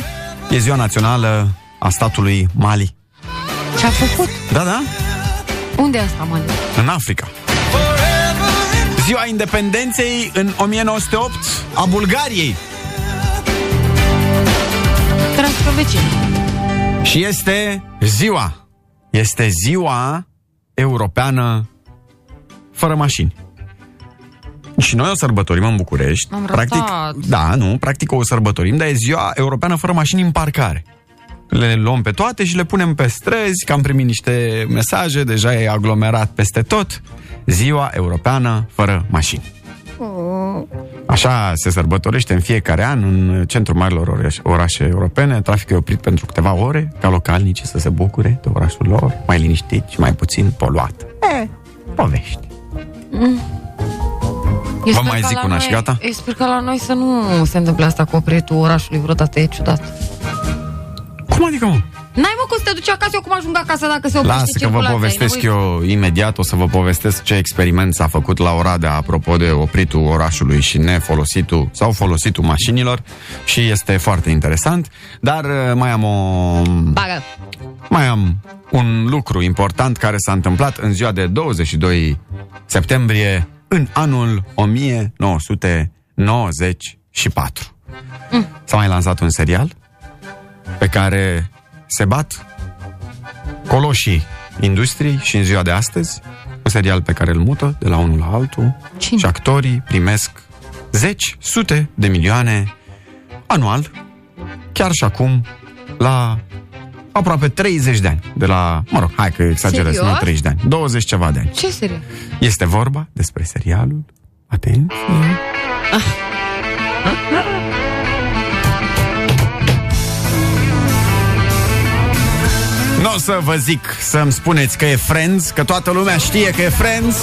E ziua națională a statului Mali
Ce-a făcut?
Da, da,
Unde e asta, mă?
în Africa Ziua independenței în 1908 a Bulgariei
Tragi pe vecin.
Și este ziua Este ziua europeană fără mașini și noi o sărbătorim în București.
Am
practic,
ratat.
da, nu, practic o sărbătorim, dar e ziua europeană fără mașini în parcare. Le luăm pe toate și le punem pe străzi, că am primit niște mesaje, deja e aglomerat peste tot. Ziua europeană fără mașini. Așa se sărbătorește în fiecare an în centrul marilor oraș- orașe europene. Traficul e oprit pentru câteva ore, ca localnicii să se bucure de orașul lor, mai liniștit și mai puțin poluat. E, povești.
Eu
Vă
sper
mai
ca
zic
la
una și
noi-
gata?
Eu sper că la noi să nu se întâmple asta cu opritul orașului vreodată, e ciudat.
Cum adică, mă?
N-ai mă cum să te duci acasă, eu cum ajung acasă dacă se oprește
Lasă că vă
circulația,
povestesc
e nevoie-
eu imediat, o să vă povestesc ce experiment s-a făcut la Oradea apropo de opritul orașului și nefolositul sau folositul mașinilor și este foarte interesant, dar uh, mai am o...
Bagă.
Mai am un lucru important care s-a întâmplat în ziua de 22 septembrie în anul 1994. S-a mai lansat un serial pe care se bat coloșii industriei și în ziua de astăzi, un serial pe care îl mută de la unul la altul
Cine?
și actorii primesc zeci, sute de milioane anual, chiar și acum, la aproape 30 de ani. De la, mă rog, hai că exagerez,
Serios?
nu 30 de ani, 20 ceva de ani.
Ce serie?
Este vorba despre serialul Atenție Nu o să vă zic să-mi spuneți că e Friends Că toată lumea știe că e Friends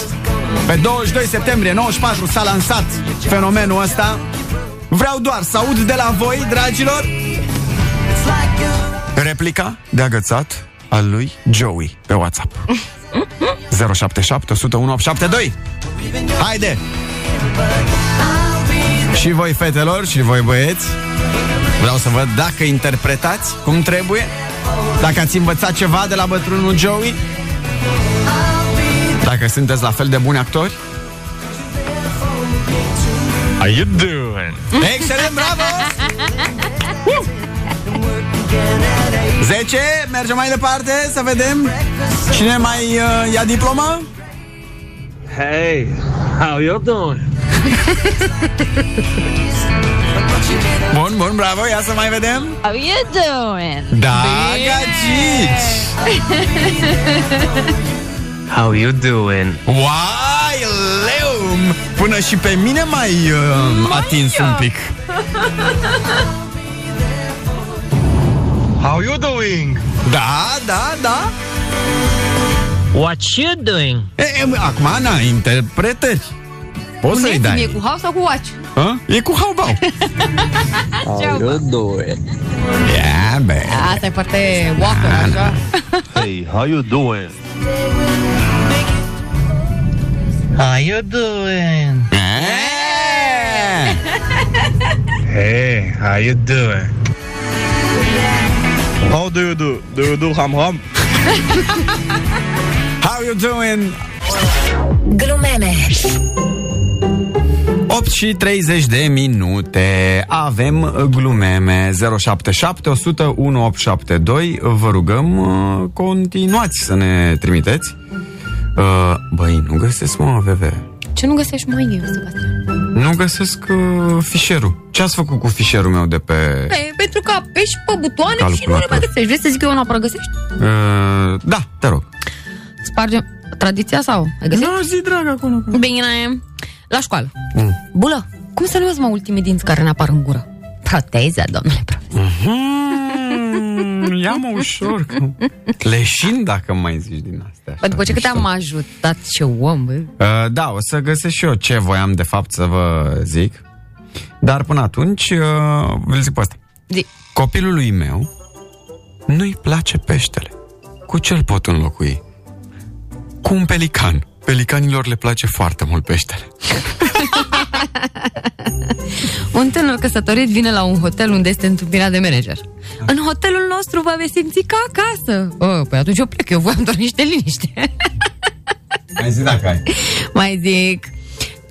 Pe 22 septembrie 94 s-a lansat fenomenul ăsta Vreau doar să aud de la voi, dragilor Replica de agățat al lui Joey pe WhatsApp 077 101 872. Haide! Și voi, fetelor, și voi, băieți, vreau să văd dacă interpretați cum trebuie, dacă ați învățat ceva de la bătrânul Joey, dacă sunteți la fel de buni actori.
How you doing?
Excelent, bravo! 10, mergem mai departe să vedem cine mai uh, ia diploma.
Hey, how you doing?
Bun, bun, bravo, ia să mai vedem.
How you doing?
Da, gagici!
How you doing?
Uai, leu! Până și pe mine mai uh, atins un pic.
How you doing?
Da, da, da.
What you doing?
E, e, mă, acum, na, interpretări. Poți să-i
Puneți-mi,
dai.
E cu hau sau cu watch?
A? E cu haubau. 아,
How you doing?
Ia, bă.
Asta e foarte walker, așa.
Hey, how you doing? How you doing?
E.
Hey, how you doing? How do you do? Do you do ham ham?
How you doing?
Glumeme
8 și 30 de minute Avem uh, glumeme 077 101 872 Vă rugăm uh, Continuați să ne trimiteți Uh, Băi, nu găsesc mă VV
Ce nu găsești mai eu, Sebastian?
Nu găsesc uh, fișierul Ce ați făcut cu fișierul meu de pe...
E, pentru că apeși pe butoane și nu le
Calculator.
mai găsești. Vrei să zic că eu n-apără găsești?
Uh, da, te rog
Spargem tradiția sau? Ai găsit?
Nu, zi drag acolo
Bine, la școală.
Mm.
Bulă, cum se numesc mă ultimii dinți care ne apar în gură? Proteza, domnule profesor.
mm, Ia-mă ușor că... Leșin dacă mai zici din astea așa,
Bă, după ce cât
mișto.
am ajutat, ce om, bă.
Uh, da, o să găsesc și eu ce voiam de fapt să vă zic. Dar până atunci, uh, vi zic pe asta.
Zi.
Copilului meu
Nu-i place peștele. Cu ce îl pot înlocui? Cu un pelican. Pelicanilor le place foarte mult peștele.
Un tânăr căsătorit vine la un hotel unde este întâmpinat de manager. În hotelul nostru vă veți simți ca acasă. Oh, păi atunci eu plec, eu voiam doar niște liniște.
Mai zi dacă ai.
Mai zic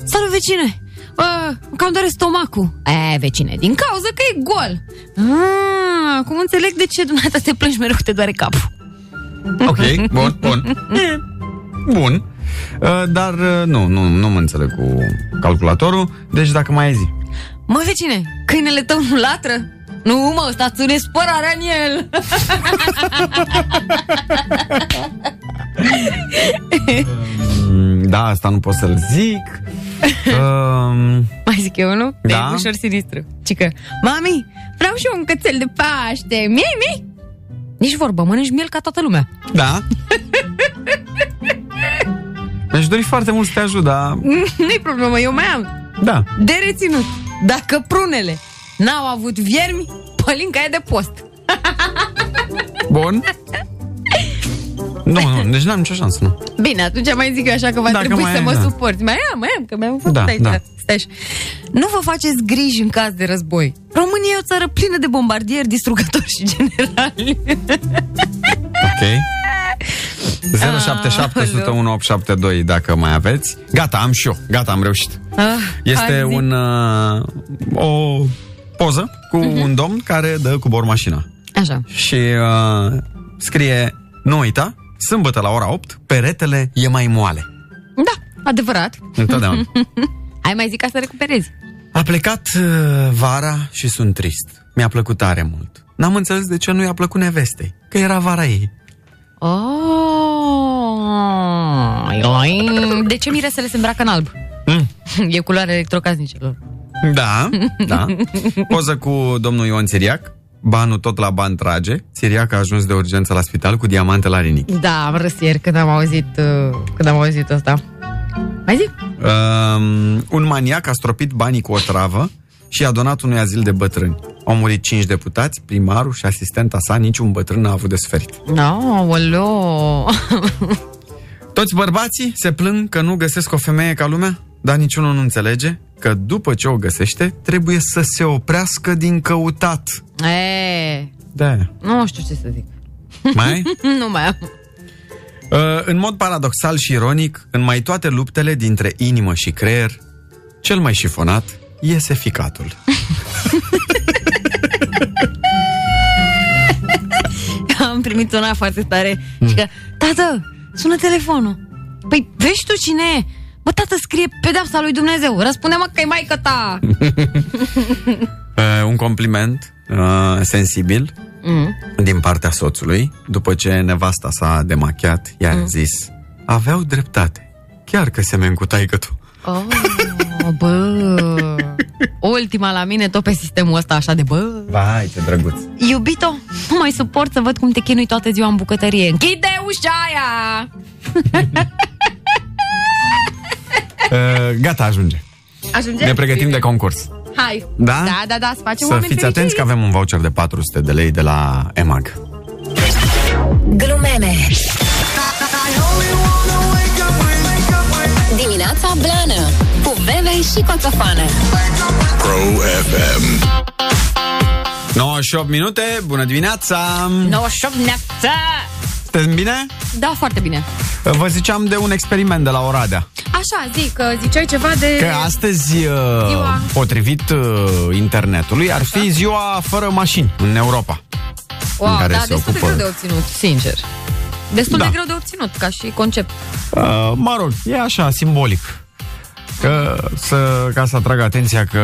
Salut vecine Uh, cam doare stomacul E, vecine, din cauza că e gol ah, Acum înțeleg de ce dumneata te plângi mereu că te doare capul
Ok, bun, bun. E, Bun. Uh, Dar uh, nu, nu, nu mă înțeleg cu calculatorul. Deci dacă mai ai zi.
Mă, vecine, câinele tău nu latră? Nu, mă, ăsta ține spărarea în el
Mm, Da, asta nu pot să-l zic. Um,
Mai zic eu, nu?
Da.
E ușor sinistru Cică, mami, vreau și eu un cățel de paște Miei, miei Nici vorbă, mănânci miel ca toată lumea
Da. Mi-aș dori foarte mult să te ajut, dar...
Nu-i problemă, eu mai am
Da.
de reținut. Dacă prunele n-au avut viermi, pălinca e de post.
Bun. Nu, nu, deci n-am nicio șansă, nu.
Bine, atunci mai zic eu așa că va
Dacă
trebui
mai
să
ai,
mă
da.
suporti. Mai am, mai am, că mi-am făcut
Da,
aici.
da.
Stai așa. Nu vă faceți griji în caz de război. România e o țară plină de bombardieri, distrugători și generali.
Ok. 077 101 872 dacă mai aveți. Gata, am și eu. Gata, am reușit.
Ah,
Este
hai zi.
un uh, o poză cu
Mhm.
un domn care dă cu bor mașina.
Așa.
Și uh, scrie Nu uita, sâmbătă la ora 8 Peretele e mai moale
Da, adevărat.
Întotdeauna
Ai mai zis ca să recuperezi.
A plecat uh, vara și sunt trist Mi-a plăcut tare mult N-am înțeles de ce nu i-a plăcut nevestei Că era vara ei
Oh, ioi. de ce miresele se îmbracă în alb?
Mm.
E culoarea electrocasnicelor.
Da, da Poză cu domnul Ion Țiriac Banul tot la ban trage Țiriac a ajuns de urgență la spital cu diamante la rinichi
Da, am râs ieri când am auzit uh, Când am auzit asta Mai zic?
Um, un maniac a stropit banii cu o travă și a donat unui azil de bătrâni. Au murit cinci deputați, primarul și asistenta sa, niciun bătrân n-a avut de suferit.
No, olo
Toți bărbații se plâng că nu găsesc o femeie ca lumea, dar niciunul nu înțelege că după ce o găsește, trebuie să se oprească din căutat.
e,
Da.
Nu știu ce să zic
Mai? ai?
Nu mai am
Uh, în mod paradoxal și ironic, în mai toate luptele dintre inimă și creier, cel mai șifonat iese ficatul.
Am primit una foarte tare Și că, tată, sună telefonul Păi, vezi tu cine e? Bă, tată, scrie pedeapsa lui Dumnezeu Răspunde-mă că e maică ta
Uh, un compliment uh, sensibil mm. din partea soțului. După ce nevasta s-a demachiat, i-a mm. zis Aveau dreptate. Chiar că semeni cu taică tu.
oh, Bă Ultima la mine tot pe sistemul ăsta așa de bă
Vai, ce drăguț.
Iubito, nu mai suport să văd cum te chinui toată ziua în bucătărie. Închide ușa aia!
Uh, gata, ajunge.
Ajunge?
Ne pregătim de concurs.
Hai!
Da?
Da, da, da, să facem
Să
oameni
fiți atenți că
fericiți.
avem un voucher de 400 de lei de la EMAG.
Glumeme Dimineața Blană Cu Bebe și Coțofană
Pro FM,
98 minute, bună dimineața!
98 neața!
Sunteți bine?
Da, foarte bine.
Uh, Vă ziceam de un experiment de la Oradea.
Așa, zic, că ziceai ceva de...
Că astăzi, uh,
Ziua. Exact.
potrivit uh, internetului, ar fi ziua fără mașini în Europa.
wow,
în care
da,
se
destul de
ocupă-
greu de obținut, sincer. Destul
Da.
de greu de obținut, ca și concept.
Uh, mă rog, e așa, simbolic. Că, să, ca să atrag atenția că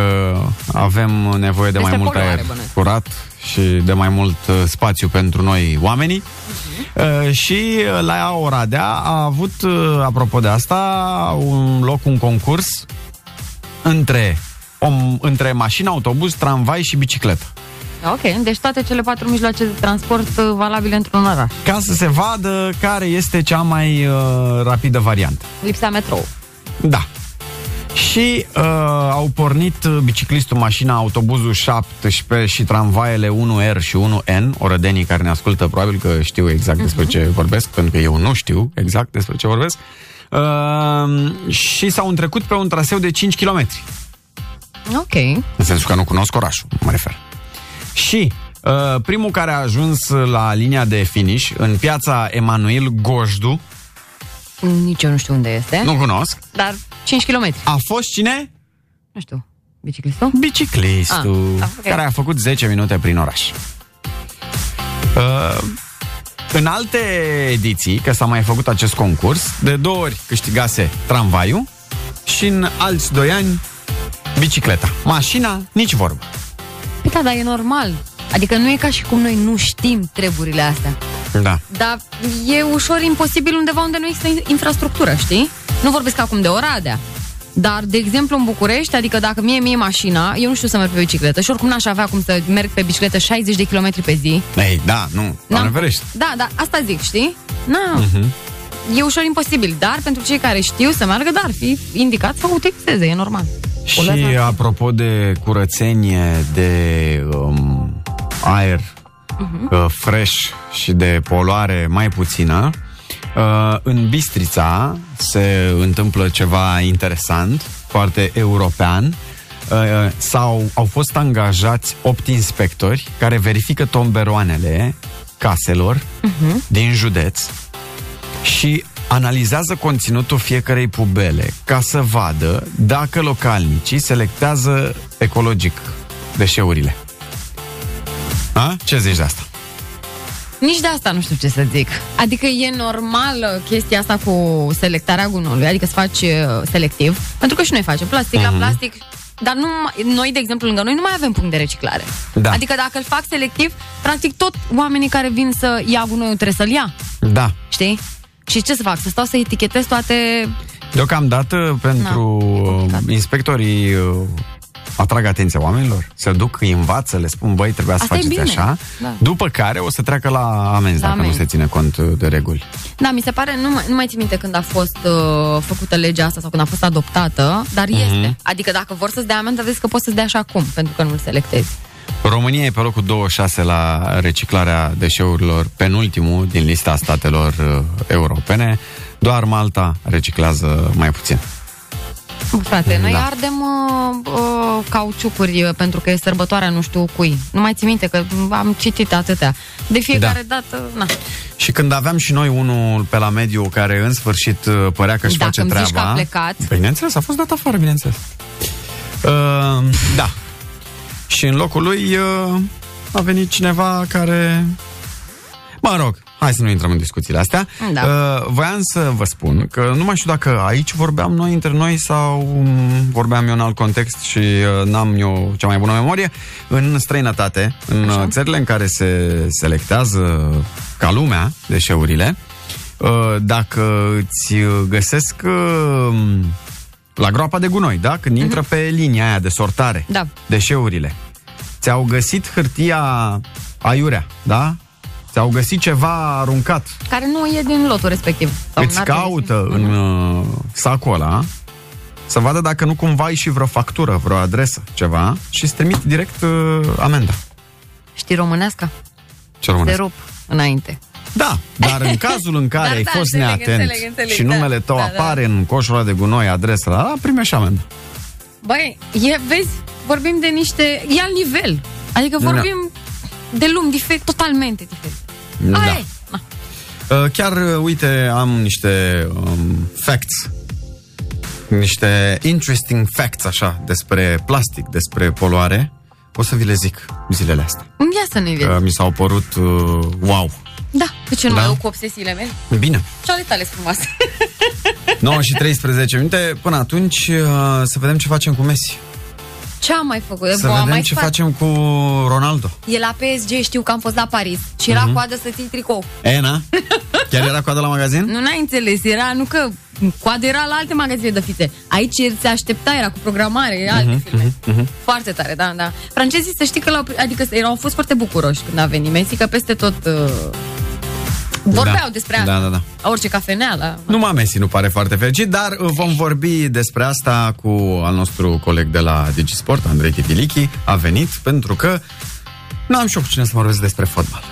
avem nevoie de
Este
mai mult
poluare,
aer
bănuiesc.
curat și de mai mult uh, spațiu pentru noi oamenii. Uh, și uh, la Oradea a avut, uh, apropo de asta, un loc, un concurs între, om, între mașină, autobuz, tramvai și bicicletă.
Da, ok, deci toate cele patru mijloace de transport uh, valabile într-un oraș.
Ca să se vadă care este cea mai uh, rapidă variantă.
Lipsa metrou.
Da. și uh, au pornit uh, biciclistul, mașina, autobuzul 17 și tramvaiele 1R și 1N, orădenii care ne ascultă probabil că știu exact despre ce vorbesc, pentru că eu nu știu exact despre ce vorbesc, uh, și s-au întrecut pe un traseu de 5 km.
Ok.
În sensul că nu cunosc orașul, mă refer. Și uh, primul care a ajuns la linia de finish, în piața Emanuel Gojdu,
Nici eu nu știu unde este.
nu cunosc,
Dar 5 km.
a fost cine?
Nu știu. Biciclistul?
Biciclistul,
Ah, ah, ok.
care a făcut 10 minute prin oraș. Uh, în alte ediții, că s-a mai făcut acest concurs, de două ori câștigase tramvaiul și în alți doi ani bicicleta. Mașina, nici vorbă.
Păi da, dar e normal. Adică nu e ca și cum noi nu știm treburile astea.
Da.
Dar e ușor imposibil undeva unde nu există in- infrastructură, știi? Nu vorbesc acum de Oradea. Dar, de exemplu, în București, adică dacă mie mie mașina, eu nu știu să merg pe bicicletă și oricum n-aș avea cum să merg pe bicicletă 60 de km pe zi.
Ei, da, nu, doamne ferește.
Da, da, asta zic, știi? Na. E ușor imposibil, dar pentru cei care știu să meargă, dar fi indicat să utilizeze, e normal.
Și apropo de curățenie, de um, aer uh-huh. uh, fresh și de poluare mai puțină, uh, în Bistrița se întâmplă ceva interesant, foarte european. Uh, sau au fost angajați 8 inspectori care verifică tomberoanele caselor uh-huh. din județ și analizează conținutul fiecarei pubele ca să vadă dacă localnicii selectează ecologic deșeurile. A? Ce zici de asta?
Nici de asta nu știu ce să zic. Adică e normal uh, chestia asta cu selectarea gunoiului, adică să faci uh, selectiv, pentru că și noi facem plastic la plastic, dar nu, mai- noi, de exemplu, lângă noi nu mai avem punct de reciclare.
Da.
Adică dacă îl fac selectiv, practic tot oamenii care vin să ia gunoiul trebuie să-l ia,
Da.
știi? Și ce să fac? Să stau să etichetez toate...
Deocamdată, pentru
Na, Da, e complicat.
uh, inspectorii uh, atrag atenția oamenilor, se duc, îi învață, le spun, băi, trebuia să
Asta e
faceți
bine.
așa,
Da.
după care o să treacă la amenzi
La
dacă
amenzi.
nu se ține cont uh, de reguli.
Da, mi se pare, nu mai, nu mai țin minte când a fost uh, făcută legea asta sau când a fost adoptată, dar este. Adică dacă vor să-ți dea amendă, vezi că poți să-ți dea așa cum, pentru că nu-l selectezi.
România e pe locul 26 la reciclarea deșeurilor, penultimul din lista statelor uh, europene. Doar Malta reciclează mai puțin.
Bă, Frate, noi
Da.
ardem uh, uh, cauciucuri uh, pentru că e sărbătoarea nu știu cui. Nu mai țin minte că am citit atâtea. De fiecare dată, na.
Și când aveam și noi unul pe la mediu care în sfârșit uh, părea că își
Dacă
face
îmi Da, zici
treaba...
că a plecat.
Bineînțeles, a fost dat afară, bineînțeles. Uh, da. Și în locul lui uh, a venit cineva care... Mă rog, hai să nu intrăm în discuțiile astea.
Da.
Uh, voiam să vă spun că nu mai știu dacă aici vorbeam noi între noi sau um, vorbeam eu în alt context și uh, n-am eu cea mai bună memorie. În străinătate, în Așa. țările în care se selectează ca lumea deșeurile, uh, dacă îți găsesc uh, la groapa de gunoi, da? Când intră pe linia aia de sortare
Mhm. Da.
deșeurile. Ți-au găsit hârtia aiurea, da? Ți-au găsit ceva aruncat.
Care nu e din lotul respectiv. Sau
Îți
n-ar trebui să-
caută în uh, sacul ăla să vadă dacă nu cumva ai și vreo factură, vreo adresă, ceva și îți trimit direct uh, amenda.
Știi românească?
Ce
Te
românesc.
rup înainte.
Da, dar în cazul în care
Da,
ai
da,
fost
înțeleg,
neatent
înțeleg, înțeleg,
și
da.
numele tău
Da, da.
apare în coșul ăla de gunoi, adresa la primești amendă.
Băi, e, vezi, vorbim de niște... E alt nivel. Adică
Da.
vorbim de lumi diferit, totalmente diferit.
Da.
Aia e. Na.
Uh, Chiar, uh, uite, am niște um, facts, niște interesting facts, așa, despre plastic, despre poluare. O să vi le zic zilele astea.
Ia să ne vezi.
Că mi s-au părut uh, wow.
Da, de ce nu
da.
mai eu cu obsesiile mele?
Bine.
Și ale tale sunt frumoase.
9 și 13 minute. Până atunci, uh, să vedem ce facem cu Messi.
Ce am mai făcut?
Să
Bă, am
vedem
mai
ce
fac-
facem cu Ronaldo.
E la PSG, știu că am fost la Paris și era coadă să ții tricou.
Ena? Chiar era coada la magazin?
Nu n-ai înțeles, era nu că coadă era la alte magazine de fițe. Aici se aștepta, era cu programare,
Mhm,
alte filme. Foarte tare, da, da. Francezii să știi că l-au, pri- adică erau au fost foarte bucuroși când a venit Messi, că peste tot uh, Vorbeau
Da.
despre asta.
Da, da, da.
Orice cafeneală.
Numai Messi nu pare foarte fericit, dar uh, vom vorbi despre asta cu al nostru coleg de la Digisport, Andrei Tivilichi. A venit pentru că n-am și eu cu cine să vorbesc despre fotbal.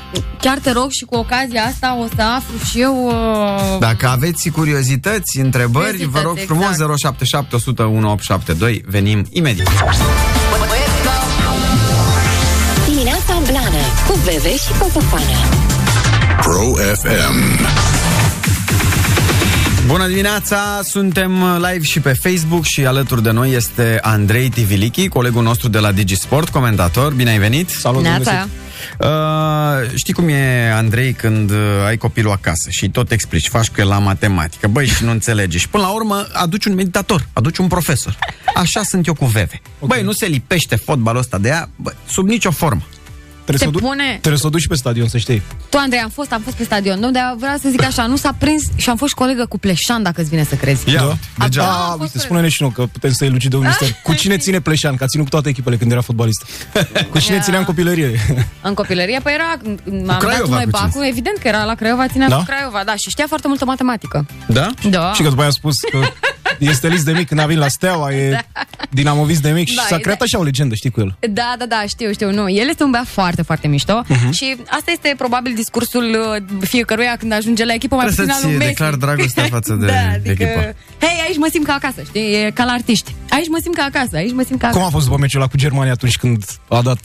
Chiar te rog și cu ocazia asta o să aflu și eu... Uh...
Dacă aveți curiozități, întrebări, vă rog
Curiozități,
frumos, 077 100 1872. Venim imediat.
Dimineața Blană Cu Bebe și Coțofană
Pro FM.
Bună dimineața! Suntem live și pe Facebook și alături de noi este Andrei Tivilichi, colegul nostru de la Digisport, comentator. Bine ai venit! Salut!
Neața. Dumnezeu!
Uh, știi cum e, Andrei, când uh, ai copilul acasă și tot explici, faci cu el la matematică, băi, și nu înțelege. Și până la urmă aduci un meditator, aduci un profesor. Așa sunt eu cu Veve. Okay. Băi, nu se lipește fotbalul ăsta de ea, bă, sub nicio formă.
Trebuie
Te
să, o du-
pune-
trebuie să o duci pe stadion, să știi.
Tu, Andrei, am fost, am fost pe stadion, nu? Dar vreau să zic așa, nu s-a prins și am fost și colegă cu Pleșan, dacă îți vine să crezi.
Da?
Degeaba.
Da,
A fost
uite, spune-ne și nouă că putem să elucidăm un mister. Cu cine ține Pleșan? Că a ținut cu toate echipele când era fotbalist. Cu cine
Da.
țineam copilărie?
În copilărie, păi era, m-am dat
Craiova,
mai
cu cine?
bacul, evident că era la Craiova, ținea
Da?
cu Craiova, da, și știa foarte multă matematică.
Da?
Da.
Și că după aia a spus că este list de mic când a venit la Steaua, e dinamovist de mic și
Da,
s-a
e-
creat așa o legendă, știi, cu el.
Da, da, da, știu, știu, nu. El este un băiat foarte, foarte mișto
Mhm.
și asta este probabil discursul uh, fiecăruia când ajunge la echipă mai puțin
Trebuie
al
să-ți
lui Messi.
declar dragostea față de
da, adică,
echipă.
hei, aici mă simt ca acasă, știi, e ca la artiști. Aici mă simt ca acasă, aici mă simt ca acasă.
Cum a fost după meciul ăla cu Germania atunci când a dat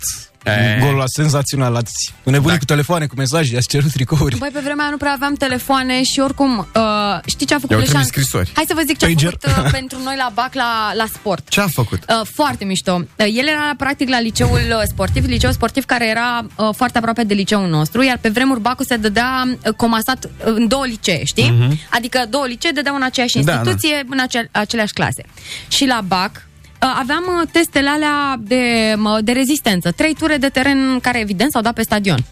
golul la senzațional? Ați nebunit cu telefoane, cu mesaje, ați cerut tricouri.
Băi, pe vremea aia nu prea aveam telefoane și oricum, uh, știi ce a făcut
Eu
Leșan?
trimis scrisori.
Hai să vă zic
Păi,
ce
Pager.
a făcut uh, pentru noi la BAC la, la sport.
Ce a făcut?
Uh, foarte mișto. Uh, el era practic la liceul uh, sportiv, liceu sportiv care era uh, foarte aproape de liceul nostru, iar pe vremuri Bacul se dădea uh, comasat uh, în două licee, știi?
Mhm.
Adică două licee dădeau în aceeași
Da,
instituție, da, în acea, aceleași clase. Și la BAC uh, aveam uh, testele alea de, mă, de rezistență, trei ture de teren care evident s-au dat pe stadion.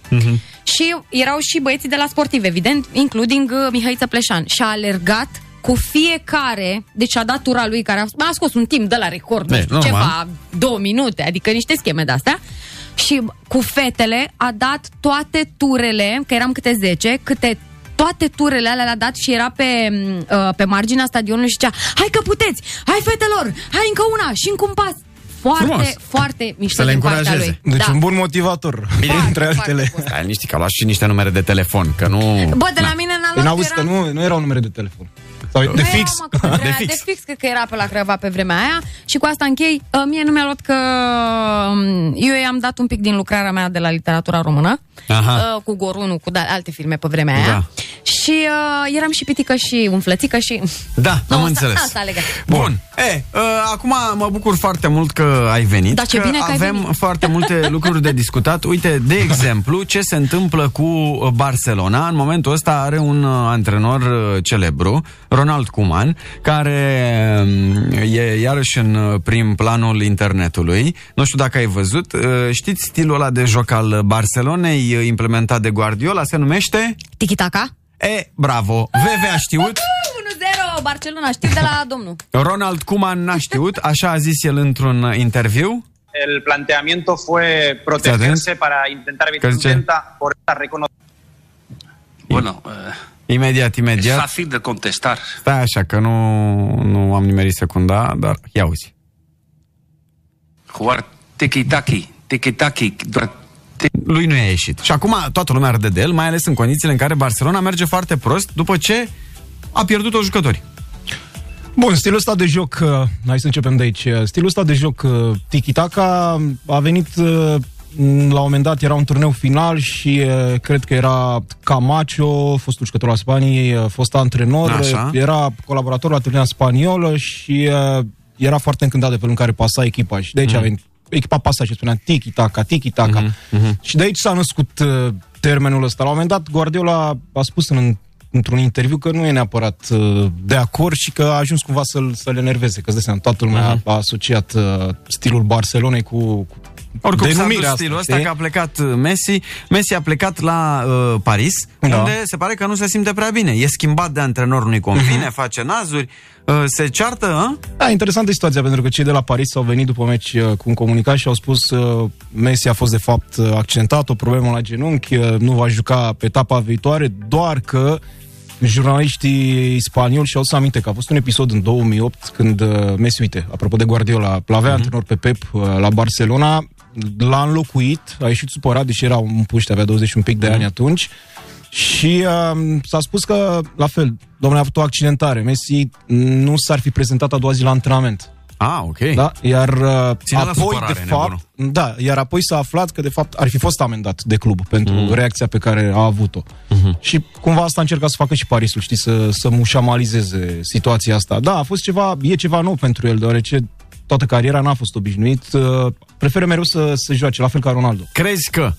Și erau și băieții de la sportiv, evident, including uh, Mihăiță Pleșan. Și a alergat cu fiecare, deci a dat tura lui care a, a scos un timp de la record, nu
Deci,
știu,
normal.
ceva, două minute, adică niște scheme de astea. Și cu fetele a dat toate turele, că eram câte 10, câte toate turele alea le-a dat și era pe, m, uh, pe marginea stadionului și zicea Hai că puteți! Hai fetelor! Hai încă una! Și încă un pas! Foarte,
Frumos.
foarte mișto din partea lui.
Deci
da.
un bun motivator, Bine. între altele.
Ai niște că a luat și niște numere de telefon, că nu...
Bă, de la mine n-a luat
Da. În
că
auzit că nu, nu erau numere de telefon. Sau de
Nu
fix.
Păi Era, mă, că pe vremea, de, fix. de fix cred că era pe la Craiova pe vremea aia și cu asta închei. Uh, Mie nu mi-a luat că um, eu i-am dat un pic din lucrarea mea de la literatura română
Aha.
uh, cu Gorunu, cu da- alte filme pe vremea aia.
Da.
Și uh, eram și pitică și umflățică și...
Da,
Uh, Nu,
am
asta-
înțeles.
Asta a legat.
Bun. E, uh, acum mă bucur foarte mult că ai venit.
Da, ce
că
bine că ai
avem
venit.
foarte multe lucruri de discutat. Uite, de exemplu, ce se întâmplă cu uh, Barcelona. În momentul ăsta are un uh, antrenor uh, celebru, Ronald Kuman, care um, e iarăși în uh, prim planul internetului. Nu știu dacă ai văzut. Uh, Știți stilul ăla de joc al Barcelonei uh, implementat de Guardiola? Se numește?
Tiki-taka?
E, bravo. VV a știut.
1-0 Barcelona, știu de la domnul.
Ronald Kuman n-a știut, așa a zis el într-un interviu.
El planteamiento fue protegerse para intentar evitar
Calce.
intenta por estar reconocido.
Bueno, imediat, imediat.
fácil de contestar.
Stai așa că nu, nu am nimerit secunda, dar ia uzi.
Jugar tiki-taki, tiki-taki, doar
Lui nu i-a ieșit. Și acum toată lumea arde de el, mai ales în condițiile în care Barcelona merge foarte prost după ce a pierdut-o jucători.
Bun, stilul ăsta de joc, uh, hai să începem de aici. Stilul ăsta de joc, uh, tiki-taka, a venit uh, m, la un moment dat, era un turneu final și uh, cred că era Camacho, fostul jucător al Spaniei, uh, fost antrenor,
Așa.
uh, era colaborator la turneea spaniolă și uh, era foarte încântat de felul în care pasa echipa și de aici
Mhm.
a venit. Echipa pasa și spunea tiki-taka, tiki-taka.
mhm.
Și de aici s-a născut uh, termenul ăsta. La un moment dat, Guardiola a spus în, într-un interviu că nu e neapărat uh, de acord și că a ajuns
Mhm.
cumva să-l, să-l enerveze, că îți dai seama, toată lumea a asociat uh, stilul Barcelonei cu, cu
Oricum s-a dus
denumirea asta,
stilul ăsta
știi?
că a plecat uh, Messi. Messi a plecat la uh, Paris,
Da.
unde se pare că nu se simte prea bine. E schimbat de antrenor, nu-i
Mhm.
convine, face nazuri, uh, se ceartă, a?
Da, interesantă e situația, pentru că cei de la Paris au venit după meci uh, cu un comunicat și au spus uh, Messi a fost de fapt uh, accentat, o problemă la genunchi, uh, nu va juca pe etapa viitoare, doar că jurnaliștii spanioli și-au să aminte că a fost un episod în 2008 când uh, Messi, uite, apropo de Guardiola, l-avea antrenor pe Pep uh, la Barcelona, l-a înlocuit, a ieșit supărat, deși era un puște, avea 21 pic de ani atunci, și um, s-a spus că, la fel, domnule a avut o accidentare. Messi nu s-ar fi prezentat a doua zi la antrenament.
Ah, ok.
Da? Iar uh,
Ținea la
apoi,
supărare,
de fapt, da, iar apoi s-a aflat că, de fapt, ar fi fost amendat de club pentru mm. reacția pe care a avut-o. Mm-hmm. Și cumva asta a încercat să facă și Parisul, știi, să, să mușamalizeze situația asta. Da, a fost ceva, e ceva nou pentru el, deoarece toată cariera n-a fost obișnuit. Uh, preferă mereu să, să joace, la fel ca Ronaldo.
Crezi că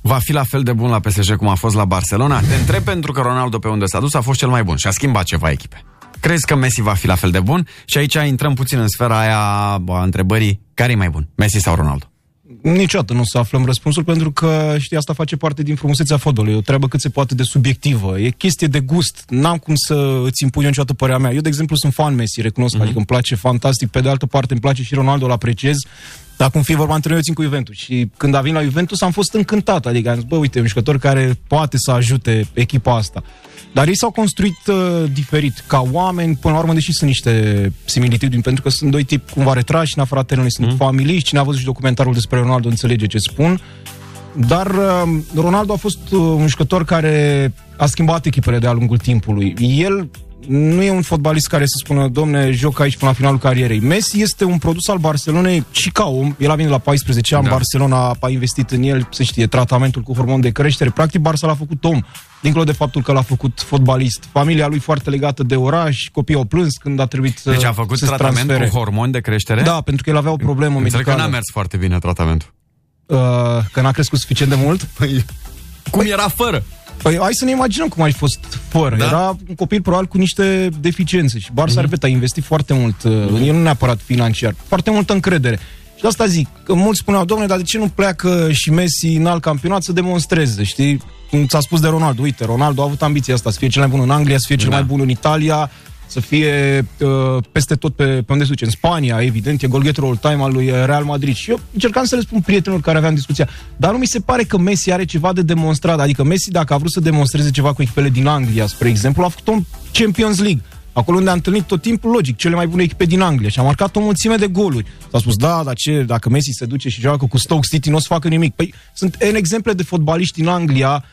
va fi la fel de bun la PSG cum a fost la Barcelona? Te întreb pentru că Ronaldo pe unde s-a dus a fost cel mai bun și a schimbat ceva echipe. Crezi că Messi va fi la fel de bun? Și aici intrăm puțin în sfera aia a întrebării care e mai bun, Messi sau Ronaldo?
Niciodată nu o să aflăm răspunsul pentru că, știi, asta face parte din frumusețea fotbalului. E o treabă cât se poate de subiectivă. E chestie de gust. N-am cum să îți impun eu niciodată părerea mea. Eu, de exemplu, sunt fan Messi, recunosc, mm-hmm. adică îmi place fantastic. Pe de altă parte, îmi place și Ronaldo, îl apreciez. Dar cum fi vorba între noi, eu țin cu Juventus. Și când a venit la Juventus am fost încântat. Adică am zis, bă, uite, e un jucător care poate să ajute echipa asta. Dar ei s-au construit uh, diferit ca oameni, până la urmă, deși sunt niște similitudini, pentru că sunt doi tipi cumva retrași, în afara terenului, sunt mm. familiști, cine a văzut și documentarul despre Ronaldo înțelege ce spun. Dar uh, Ronaldo a fost uh, un jucător care a schimbat echipele de-a lungul timpului. El nu e un fotbalist care să spună, domne, joc aici până la finalul carierei. Messi este un produs al Barcelonei și ca om. El a venit la 14 ani, da. Barcelona a investit în el, se știe, tratamentul cu hormon de creștere. Practic, Barça l-a făcut om, dincolo de faptul că l-a făcut fotbalist. Familia lui foarte legată de oraș, copiii au plâns când a trebuit să
Deci a făcut
să
tratament
transfere.
cu hormoni de creștere?
Da, pentru că el avea o problemă
Înțeleg că
medicală.
n-a mers foarte bine tratamentul.
Uh, că n-a crescut suficient de mult? Păi,
cum era fără?
Păi hai să ne imaginăm cum ai fost fără. Da? Era un copil probabil cu niște deficiențe și Barça, mm-hmm. repet, a investit foarte mult uh, în el, nu neapărat financiar, foarte multă încredere. Și de asta zic, că mulți spuneau, domnule, dar de ce nu pleacă și Messi în alt campionat să demonstreze, știi? Cum ți-a spus de Ronaldo, uite, Ronaldo a avut ambiția asta, să fie cel mai bun în Anglia, să fie cel
Da.
mai bun în Italia, să fie uh, peste tot pe, pe unde se duce, în Spania, evident, e golgheterul all-time al lui uh, Real Madrid. Și eu încercam să le spun prietenilor care aveam discuția, dar nu mi se pare că Messi are ceva de demonstrat. Adică Messi, dacă a vrut să demonstreze ceva cu echipele din Anglia, spre exemplu, a făcut-o în Champions League. Acolo unde a întâlnit tot timpul, logic, cele mai bune echipe din Anglia și a marcat o mulțime de goluri. S-a spus, da, dar ce, dacă Messi se duce și joacă cu Stoke City, nu o să facă nimic. Păi sunt N exemple de fotbaliști din Anglia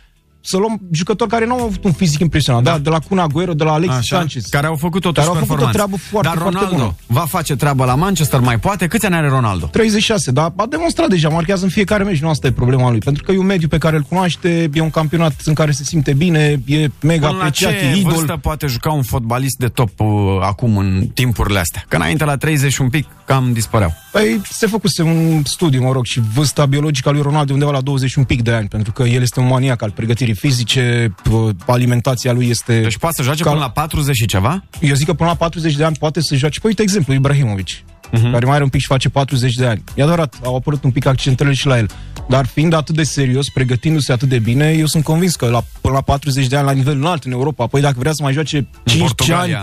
să luăm jucători care nu au avut un fizic impresionant, da. da de la Kun Agüero, de la Alexis
Așa.
Sanchez.
Care au făcut totuși
Care au făcut o
performanțe.
treabă foarte,
Dar Ronaldo
foarte bună.
va face treaba la Manchester, mai poate? Câți ani are Ronaldo?
36, dar a demonstrat deja, marchează în fiecare meci, nu asta e problema lui, pentru că e un mediu pe care îl cunoaște, e un campionat în care se simte bine, e mega
Până la
apreciat,
ce
e idol.
vârstă poate juca un fotbalist de top uh, acum în timpurile astea? Că înainte la 30 și un pic cam dispăreau.
Păi se făcuse un studiu, mă rog, și vârsta biologică a lui Ronaldo e undeva la 21 pic de ani, pentru că el este un maniac al pregătirii fizice, p- alimentația lui este... Deci
poate să joace până la 40 și ceva?
Eu zic că până la 40 de ani poate să joace. Păi, uite exemplu, Ibrahimovic, uh-huh. care mai are un pic și face 40 de ani. E adevărat, au apărut un pic accentele și la el. Dar fiind atât de serios, pregătindu-se atât de bine, eu sunt convins că la, până la 40 de ani, la nivel înalt în Europa, păi dacă vrea să mai joace 5 ani,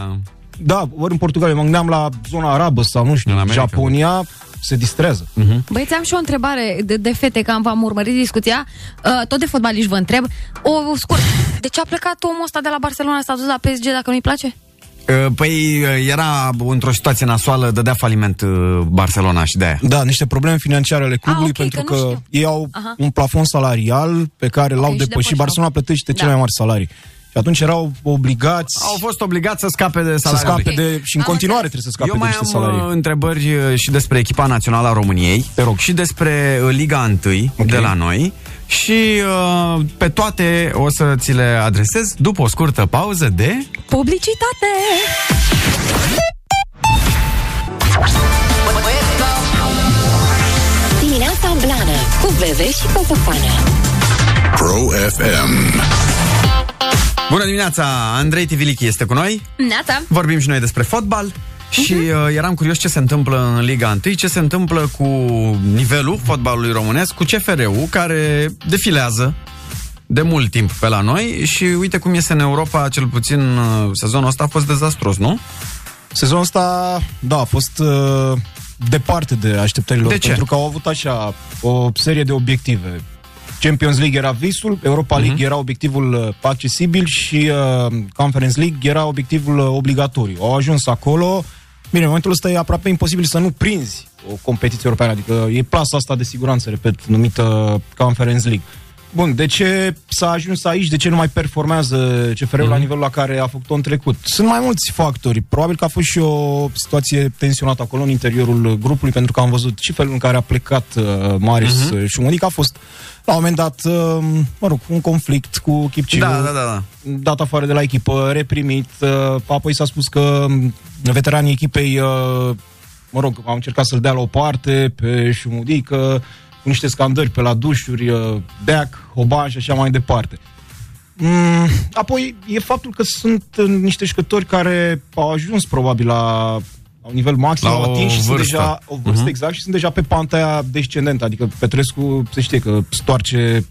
da, ori în Portugalia, mă gândeam la zona arabă sau nu știu,
America.
Japonia, se distrează.
Uh-huh.
Băieți, am și o întrebare de, de fete, că am v-am urmărit discuția. Uh, tot de fotbaliști vă întreb. O scurt, de ce a plecat omul ăsta de la Barcelona, s-a dus la PSG dacă nu-i place?
Uh, Păi uh, era într-o situație nasoală, dădea faliment uh, Barcelona și de aia.
Da, niște probleme financiare ale clubului, ah, okay, pentru că, că ei au
Aha.
Aha. un plafon salarial pe care l-au
și
depășit.
depășeau.
Barcelona plătește da.
Da.
cele mai mari salarii. Și atunci erau obligați
Au fost obligați să scape de
să
salariul
scape
lui.
de, și în continuare trebuie să scape
Eu
de
mai
niște
am
salarii.
salarii. întrebări uh, și despre echipa națională a României Te rog. și despre uh, Liga 1 okay. de la noi și uh, pe toate o să ți le adresez după o scurtă pauză de...
Publicitate!
Dimineața Blană Cu Bebe și Coțofană
Pro FM.
Bună dimineața! Andrei Tivilichi este cu noi.
Neața!
Vorbim și noi despre fotbal Și uh, eram curios ce se întâmplă în Liga 1, ce se întâmplă cu nivelul fotbalului românesc, cu CFR-ul, care defilează de mult timp pe la noi și uite cum iese în Europa, cel puțin uh, sezonul ăsta a fost dezastros, nu?
Sezonul ăsta, da, a fost uh, departe de așteptărilor,
De ce?
pentru că au avut așa o serie de obiective. Champions League era visul, Europa League era obiectivul uh, accesibil și uh, Conference League era obiectivul uh, obligatoriu. Au ajuns acolo. Bine, în momentul ăsta e aproape imposibil să nu prinzi o competiție europeană, adică e plasa asta de siguranță, repet, numită Conference League. Bun, de ce s-a ajuns aici? De ce nu mai performează CFR-ul
Mhm.
la nivelul la care a făcut-o în trecut? Sunt mai mulți factori. Probabil că a fost și o situație tensionată acolo în interiorul grupului, pentru că am văzut și felul în care a plecat uh, Marius
Mhm.
uh și Monic a fost la un moment dat, uh, mă rog, un conflict cu Chipciu.
Da, da, da, da.
Dat afară de la echipă, reprimit. uh, Apoi s-a spus că um, veteranii echipei uh, mă rog, am încercat să-l dea la o parte pe șumudică, cu niște scandări pe la dușuri, uh, deac, hoban și așa mai departe. Mm, apoi e faptul că sunt uh, niște jucători care au ajuns probabil la, la un nivel maxim,
La
au
o
atins și sunt
vârstă.
deja o vârstă
Mhm.
exact și sunt deja pe panta aia descendentă, adică Petrescu se știe că stoarce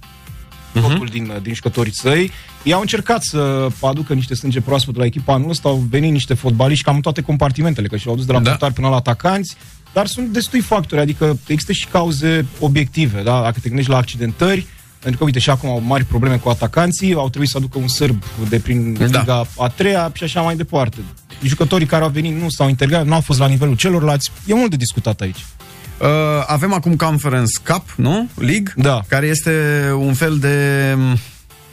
totul din, uh, din jucătorii săi. Ei au încercat să aducă niște sânge proaspăt la echipa anul ăsta, au venit niște fotbaliști cam în toate compartimentele, că și-au dus de la da. portari până la atacanți, dar sunt destui factori, adică există și cauze obiective, da? dacă te gândești la accidentări, pentru că, uite, și acum au mari probleme cu atacanții, au trebuit să aducă un sârb de prin da. Liga a treia și așa mai departe. Jucătorii care au venit nu s-au integrat, nu au fost la nivelul celorlalți. E mult de discutat aici.
Uh, avem acum Conference Cup, nu? League,
da.
care este un fel de mm,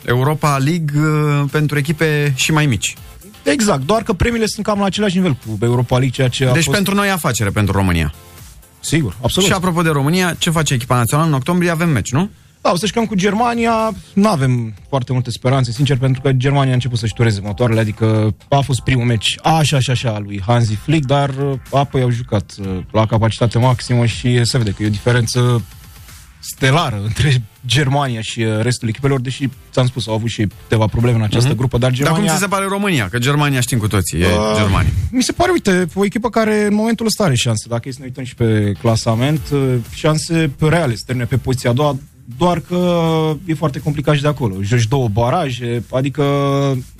Europa League uh, pentru echipe și mai mici.
Exact, doar că premiile sunt cam la același nivel cu Europa League, ceea ce a
deci
fost...
pentru noi e afacere, pentru România.
Sigur, absolut.
Și apropo de România, ce face echipa națională? În octombrie avem meci, nu?
Da, o să jucăm cu Germania, nu avem foarte multe speranțe, sincer, pentru că Germania a început să-și tureze motoarele, adică a fost primul meci așa și așa al lui Hansi Flick, dar uh, apoi au jucat uh, la capacitate maximă și se vede că e o diferență stelară între Germania și uh, restul echipelor, deși, ți-am spus, au avut și ei câteva probleme în această
Mhm.
grupă, dar Germania...
Dar cum ți se pare România? Că Germania știm cu toții, e
Uh,
Germania.
Mi se pare, uite, o echipă care în momentul ăsta are șanse. Dacă e să ne uităm și pe clasament, uh, șanse reale să termine pe poziția a doua, doar că e foarte complicat și de acolo. Joci două baraje, adică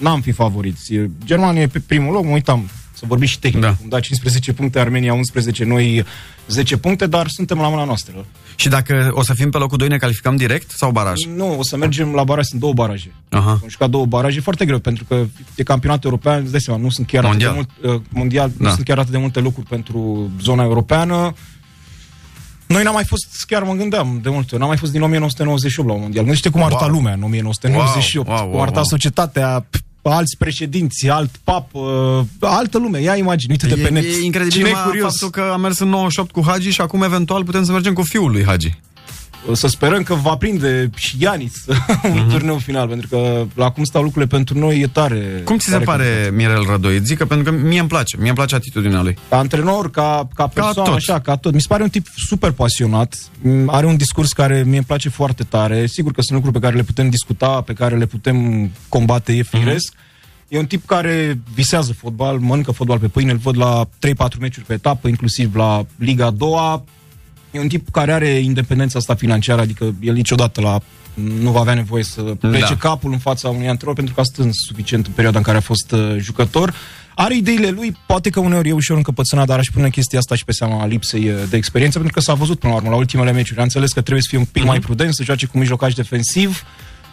n-am fi favoriți. E- Germania e pe primul loc, mă uitam să vorbim și tehnic. Da. Cum da 15 puncte, Armenia 11, noi 10 puncte, dar suntem la mâna noastră.
Și dacă o să fim pe locul 2, ne calificăm direct sau baraj?
Nu, o să mergem la baraj, sunt două baraje.
Aha.
Am jucat două baraje foarte greu, pentru că e campionat european, îți dai seama, nu sunt chiar
Mondial.
atât de mult, uh, mondial, da.
Da.
nu sunt chiar atât de multe locuri pentru zona europeană. Noi n-am mai fost, chiar mă gândeam de multe ori, n-am mai fost din 1998 la un mondial. Gândește cum arăta
Wow.
lumea în 1998,
Wow, wow,
cum
wow,
arăta
wow.
societatea, p- alți președinți, alt pap, uh, altă lume. Ia imagine, uite-te
e,
pe net.
e incredibil
Cine e
numai
curios?
faptul că am mers în 98 cu Hagi și acum eventual putem să mergem cu fiul lui Hagi.
Să sperăm că va prinde și Ianis un
Mhm.
turneu final, pentru că la cum stau lucrurile pentru noi e tare.
Cum ți se
tare
pare Mirel Rădoiț? Zic că pentru că mie îmi place, mie îmi place atitudinea lui.
ca antrenor, ca, ca persoană,
tot.
așa, ca tot. Mi se pare un tip super pasionat, m, are un discurs care mie îmi place foarte tare. Sigur că sunt lucruri pe care le putem discuta, pe care le putem combate, e firesc. E un tip care visează fotbal, mănâncă fotbal pe pâine, îl văd la 3-4 meciuri pe etapă, inclusiv la Liga a doua. E un tip care are independența asta financiară, adică el niciodată la nu va avea nevoie să plece
Da.
capul în fața unui antrenor pentru că a stâns suficient în perioada în care a fost uh, jucător. Are ideile lui, poate că uneori e ușor încăpățânat, dar aș pune chestia asta și pe seama lipsei uh, de experiență, pentru că s-a văzut până la urmă la ultimele meciuri. A înțeles că trebuie să fie un
Mhm.
pic mai prudent, să joace cu mijlocaș defensiv.